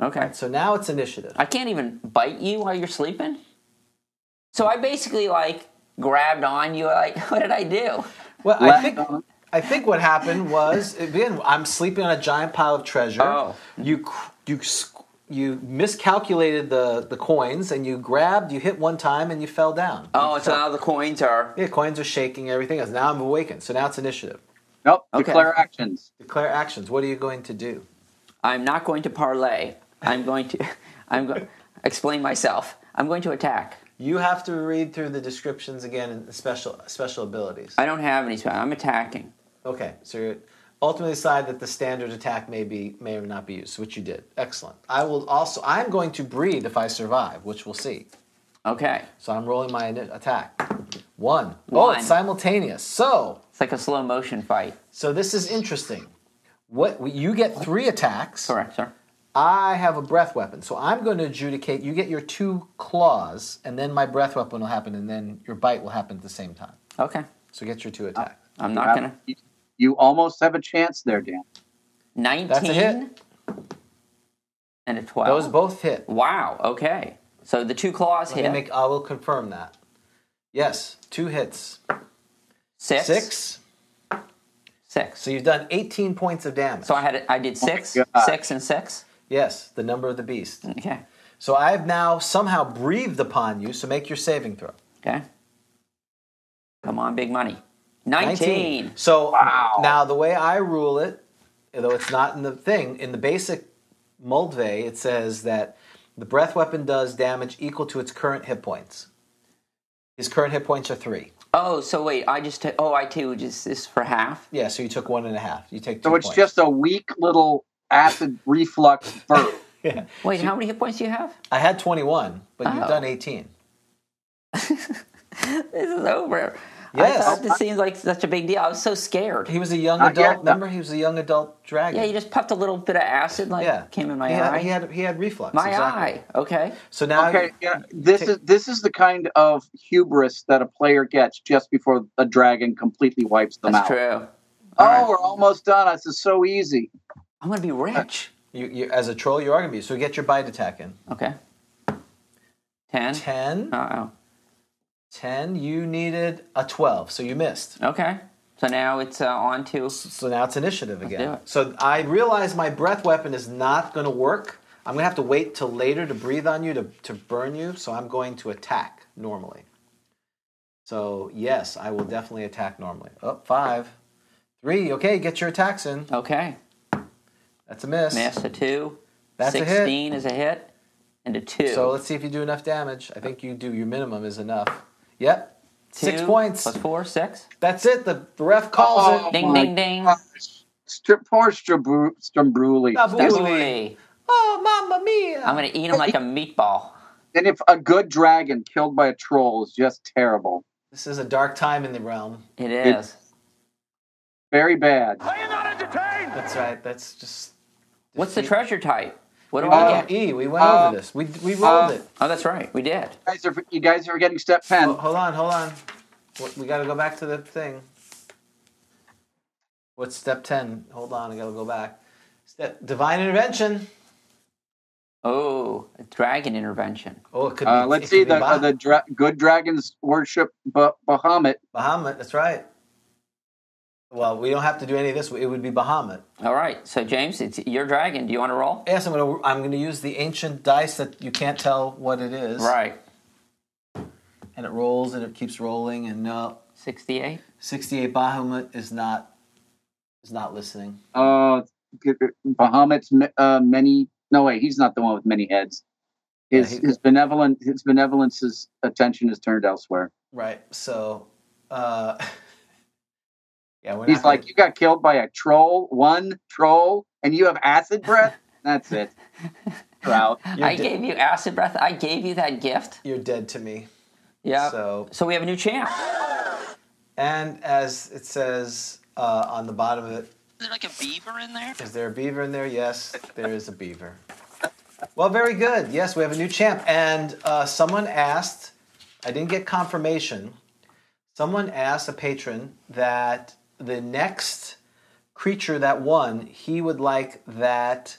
Speaker 3: Okay.
Speaker 4: So now it's initiative.
Speaker 3: I can't even bite you while you're sleeping. So I basically like grabbed on you. Like, what did I do?
Speaker 4: Well, I
Speaker 7: Left
Speaker 4: think
Speaker 7: on.
Speaker 4: I think what happened was again I'm sleeping on a giant pile of treasure.
Speaker 3: Oh.
Speaker 4: You cr- you squ- you miscalculated the the coins and you grabbed, you hit one time and you fell down.
Speaker 3: Oh, so now the coins are.
Speaker 4: Yeah, coins are shaking everything else. Now I'm awakened. So now it's initiative.
Speaker 7: Nope.
Speaker 3: Okay.
Speaker 7: Declare actions.
Speaker 4: Declare actions. What are you going to do?
Speaker 3: I'm not going to parlay. I'm going to. I'm going. Explain myself. I'm going to attack.
Speaker 4: You have to read through the descriptions again and the special special abilities.
Speaker 3: I don't have any spell. I'm attacking.
Speaker 4: Okay, so you ultimately decide that the standard attack may be may or not be used, which you did. Excellent. I will also. I'm going to breathe if I survive, which we'll see.
Speaker 3: Okay.
Speaker 4: So I'm rolling my ini- attack. One. Oh,
Speaker 3: One.
Speaker 4: it's simultaneous. So
Speaker 3: It's like a slow motion fight.
Speaker 4: so this is interesting. What you get three attacks.
Speaker 3: Correct, sir.
Speaker 4: I have a breath weapon, so I'm going to adjudicate. You get your two claws, and then my breath weapon will happen, and then your bite will happen at the same time.
Speaker 3: Okay.
Speaker 4: So get your two attacks.
Speaker 3: I'm not gonna.
Speaker 7: You- You almost have a chance there, Dan.
Speaker 3: Nineteen
Speaker 4: That's a hit.
Speaker 3: and a twelve.
Speaker 4: Those both hit.
Speaker 3: Wow. Okay. So the two claws
Speaker 4: Let me
Speaker 3: hit.
Speaker 4: make- I will confirm that. Yes, two hits.
Speaker 3: six.
Speaker 4: Six.
Speaker 3: Six.
Speaker 4: So you've done 18 points of damage.
Speaker 3: So I had I
Speaker 4: Oh
Speaker 3: did six,
Speaker 7: God.
Speaker 3: six, and six.
Speaker 4: yes, the number of the beast.
Speaker 3: Okay.
Speaker 4: So I have now somehow breathed upon you, so make your saving throw.
Speaker 3: Okay. Come on, big money. Nineteen.
Speaker 4: So now the way I rule it, though it's not in the thing, in the basic Moldve, it says that the breath weapon does damage equal to its current hit points. His current hit points are three.
Speaker 3: Oh, so wait. I just took. Oh, I too. Just this for half.
Speaker 4: Yeah, so you took one and a half. You take two
Speaker 7: So it's
Speaker 4: points.
Speaker 7: just a weak little acid reflux burp.
Speaker 3: Wait, how many hit points do you have?
Speaker 4: I had 21, but
Speaker 3: Oh.
Speaker 4: you've done 18.
Speaker 3: This is over.
Speaker 4: Yes.
Speaker 3: I thought this seems like such a big deal. I was so scared.
Speaker 4: He was a young
Speaker 7: Not
Speaker 4: adult.
Speaker 7: yet.
Speaker 4: Remember, he was a young adult dragon.
Speaker 3: Yeah, you just puffed a little bit of acid, like
Speaker 4: Yeah.
Speaker 3: came in my
Speaker 4: he
Speaker 3: eye.
Speaker 4: Had, he had he had reflux.
Speaker 3: my
Speaker 4: exactly.
Speaker 3: eye. Okay.
Speaker 4: So now
Speaker 7: Okay, yeah, this is this is the kind of hubris that a player gets just before a dragon completely wipes them
Speaker 3: That's
Speaker 7: out.
Speaker 3: true.
Speaker 7: Oh,
Speaker 3: All right.
Speaker 7: we're almost done. This is so easy.
Speaker 3: I'm gonna be rich.
Speaker 4: you, you, as a troll, you are gonna be. So get your bite attack in.
Speaker 3: Okay. Ten.
Speaker 4: 10,
Speaker 3: Uh
Speaker 4: 10, You needed a twelve, so you missed.
Speaker 3: oh. Okay. So now it's uh, on to.
Speaker 4: So now it's initiative
Speaker 3: do
Speaker 4: again.
Speaker 3: it.
Speaker 4: So I realize my breath weapon is not gonna work. I'm gonna have to wait till later to breathe on you to, to burn you. So I'm going to attack normally. So yes, I will definitely attack normally. Oh, five, three. Okay, get your attacks in.
Speaker 3: Okay.
Speaker 4: That's a miss.
Speaker 3: Miss a two.
Speaker 4: That's a hit.
Speaker 3: 16 is a hit. And a two.
Speaker 4: So let's see if you do enough damage. I think you do. Your minimum is enough. Yep.
Speaker 3: Two
Speaker 4: Six points.
Speaker 3: Plus four, six.
Speaker 4: That's it. The ref calls
Speaker 7: Oh.
Speaker 4: it.
Speaker 3: Ding,
Speaker 7: my
Speaker 3: ding, ding.
Speaker 7: Stri- poor Strabru- Strombruli.
Speaker 4: Stabuli.
Speaker 3: Stabuli.
Speaker 4: Oh, mamma mia.
Speaker 3: I'm going to eat him like a meatball.
Speaker 7: And if a good dragon killed by a troll is just terrible,
Speaker 4: This is a dark time in the realm.
Speaker 3: It is.
Speaker 7: very bad.
Speaker 4: That's right. That's just.
Speaker 3: What's the treasure type? What do
Speaker 4: Oh,
Speaker 3: I get?
Speaker 4: E, we went
Speaker 7: Uh,
Speaker 4: over this. We, we rolled
Speaker 7: uh,
Speaker 4: it.
Speaker 3: Oh, that's right. We did.
Speaker 7: You guys are, you guys are forgetting step ten.
Speaker 4: Oh, hold on, hold on. What, we got to go back to the thing. What's step 10? Hold on, I got to go back. Step Divine Intervention.
Speaker 3: Oh, a dragon intervention.
Speaker 4: Oh, it could be.
Speaker 7: Uh, let's
Speaker 4: it could
Speaker 7: see
Speaker 4: be
Speaker 7: the
Speaker 4: Bah-
Speaker 7: uh, the dra- good dragons worship Ba Bahamut.
Speaker 4: Bahamut, that's right. Well, we don't have to do any of this. It would be Bahamut.
Speaker 3: All right. So, James, it's your dragon. Do you want to roll?
Speaker 4: Yes, I'm going to. I'm going to use the ancient dice that you can't tell what it is.
Speaker 3: Right.
Speaker 4: And it rolls and it keeps rolling. And no,
Speaker 3: 68.
Speaker 4: 68 Bahamut is not is not listening.
Speaker 7: Uh, Bahamut's ma- uh, many. No wait, he's not the one with many heads. His
Speaker 4: Yeah, he-
Speaker 7: his benevolent his benevolence's attention is turned elsewhere.
Speaker 4: Right. So, uh, yeah, we're
Speaker 7: He's
Speaker 4: not gonna-
Speaker 7: like, you got killed by a troll, one troll, and you have acid breath. That's it. You're out.
Speaker 3: I gave you acid breath. I gave you that gift.
Speaker 4: you're dead to me.
Speaker 3: Yeah.
Speaker 4: So-
Speaker 3: so we have a new champ.
Speaker 4: And as it says uh, on the bottom of it,
Speaker 3: Is there like a beaver in there?
Speaker 4: Is there a beaver in there? Yes, there is a beaver. Well, very good. Yes, we have a new champ. And uh, someone asked I didn't get confirmation. Someone asked a patron that the next creature that won, he would like that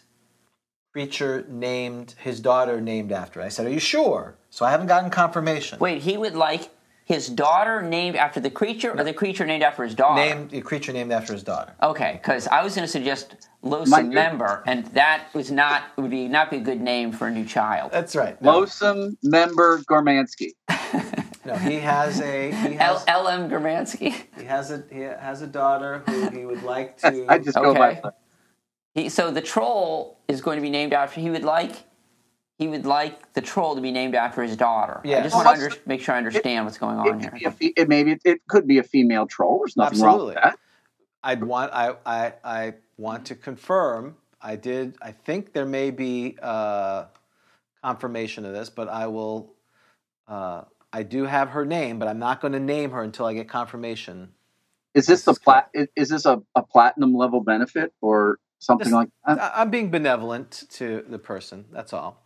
Speaker 4: creature named his daughter named after. I said, "Are you sure?" So I haven't gotten confirmation.
Speaker 3: Wait, he would like his daughter named after the creature or the creature named after his daughter?
Speaker 4: Named a creature named after his daughter.
Speaker 3: Okay, because I was going to suggest Lonesome
Speaker 7: Might be.
Speaker 3: Member, and that was not would be not be a good name for a new child.
Speaker 4: That's right. No,
Speaker 7: Loathsome member Gormansky.
Speaker 4: no, he has a he
Speaker 3: L.
Speaker 4: has,
Speaker 3: L. M. Germansky.
Speaker 4: he has a he has a daughter who he would like to.
Speaker 7: I just go
Speaker 3: Okay.
Speaker 7: by.
Speaker 3: He, so the troll is going to be named after. He would like. He would like the troll to be named after his daughter. I
Speaker 4: Yeah.
Speaker 3: just
Speaker 4: Well,
Speaker 3: want to
Speaker 7: that's-
Speaker 3: under, make sure I understand what's going on
Speaker 7: It could
Speaker 3: here.
Speaker 7: be a fe- it maybe it, it could be a female troll. There's nothing wrong with
Speaker 4: Absolutely.
Speaker 7: that.
Speaker 4: I'd want I, I I want to confirm. I did. I think there may be uh, confirmation of this, but I will. Uh, I do have her name, but I'm not going to name her until I get confirmation.
Speaker 7: Is this the
Speaker 4: That's
Speaker 7: plat? Is, is this a, a platinum level benefit or something
Speaker 4: This-
Speaker 7: like that?
Speaker 4: I, I'm being benevolent to the person. That's all.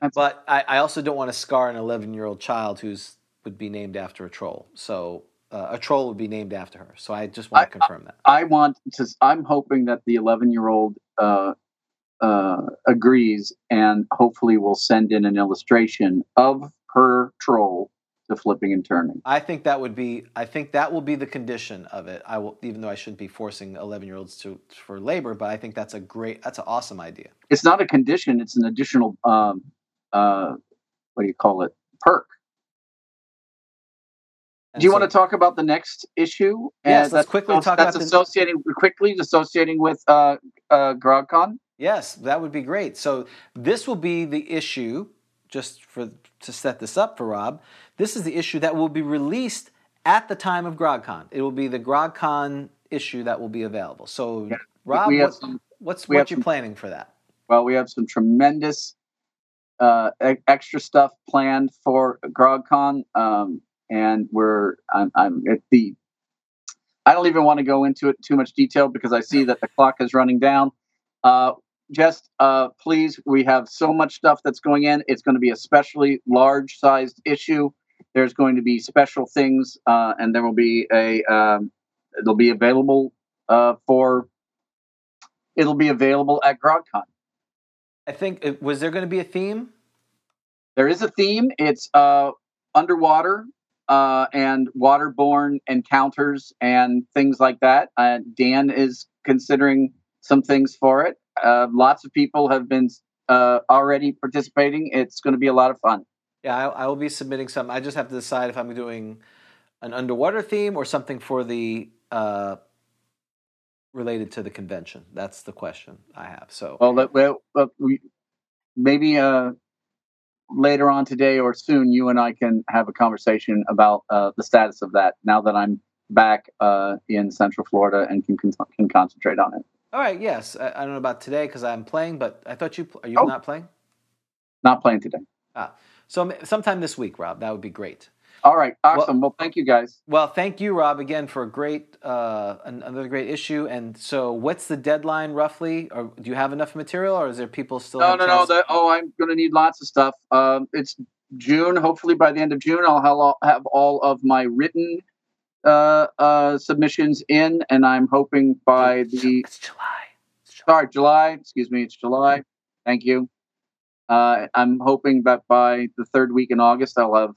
Speaker 7: That's-
Speaker 4: But I, I also don't want to scar an 11 year old child who's would be named after a troll. So uh, a troll would be named after her. So I just want to
Speaker 7: I-
Speaker 4: confirm that.
Speaker 7: I want to. I'm hoping that the 11 year old uh, uh, agrees and hopefully will send in an illustration of her troll to flipping and turning.
Speaker 4: I think that would be. I think that will be the condition of it. I will, even though I shouldn't be forcing eleven-year-olds to for labor, but I think that's a great. That's an awesome idea.
Speaker 7: It's not a condition. It's an additional. Um, uh, what do you call it? Perk.
Speaker 4: And
Speaker 7: Do you
Speaker 4: so-
Speaker 7: want to talk about the next issue?
Speaker 4: Yes,
Speaker 7: Uh,
Speaker 4: let's
Speaker 7: that's-
Speaker 4: quickly talk
Speaker 7: that's
Speaker 4: about the-
Speaker 7: associating quickly associating with uh, uh, GrogCon.
Speaker 4: Yes, that would be great. So this will be the issue. Just for to set this up for Rob, this is the issue that will be released at the time of GrogCon. It will be the GrogCon issue that will be available. So Rob,
Speaker 7: we have
Speaker 4: what,
Speaker 7: some-
Speaker 4: what's
Speaker 7: we
Speaker 4: what
Speaker 7: have
Speaker 4: you
Speaker 7: some-
Speaker 4: planning for that?
Speaker 7: Well, we have some tremendous uh, e- extra stuff planned for GrogCon, um, and we're I'm, I'm at the. I don't even want to go into it too much detail because I see that the clock is running down. Uh, just uh, please, we have so much stuff that's going in. It's going to be a specially large sized issue. There's going to be special things, uh, and there will be a. Um, it'll be available uh, for. It'll be available at GrogCon.
Speaker 4: I think it- was there going to be a theme?
Speaker 7: there is a theme. It's uh, underwater uh, and waterborne encounters and things like that. Uh, Dan is considering some things for it. Uh, lots of people have been uh, already participating. It's going to be a lot of fun.
Speaker 4: Yeah, I, I will be submitting some. I just have to decide if I'm doing an underwater theme or something for the uh, related to the convention. That's the question I have. So
Speaker 7: Well, let, well, well, we, maybe uh, later on today or soon, you and I can have a conversation about uh, the status of that. Now that I'm back uh, in Central Florida and can can, can concentrate on it.
Speaker 4: all right, yes, I, I don't know about today because I'm playing, but I thought you pl- are you
Speaker 7: Oh.
Speaker 4: not playing?
Speaker 7: Not playing today.
Speaker 4: Ah, so m- sometime this week, Rob, that would be great.
Speaker 7: All right, awesome. Well, thank you guys.
Speaker 4: Well, thank you, Rob, again for a great uh, an- another great issue. And so, what's the deadline roughly? Or do you have enough material, or is there people still?
Speaker 7: No,
Speaker 4: have
Speaker 7: no, no.
Speaker 4: chance-
Speaker 7: The, oh, I'm going to need lots of stuff. Um, it's June. Hopefully, by the end of June, I'll have- have all of my written uh, uh, submissions in, and I'm hoping by the
Speaker 6: It's July.
Speaker 7: sorry July. Excuse me, it's July. Thank you. Uh, I'm hoping that by the third week in August, I'll have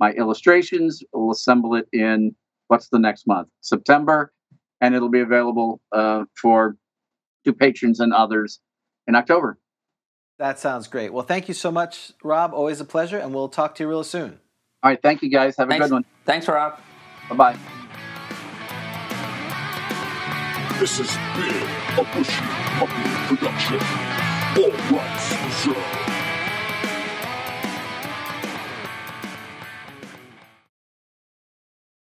Speaker 7: my illustrations. We'll assemble it in what's the next month, September, and it'll be available uh, for to patrons and others in October.
Speaker 4: That sounds great. Well, thank you so much, Rob. Always a pleasure, and we'll talk to you real soon.
Speaker 7: All right, thank you guys. Have a
Speaker 3: Thanks,
Speaker 7: good one.
Speaker 3: thanks, Rob.
Speaker 7: Bye bye.
Speaker 1: This has been a Bushy Puppy production. All rights reserved.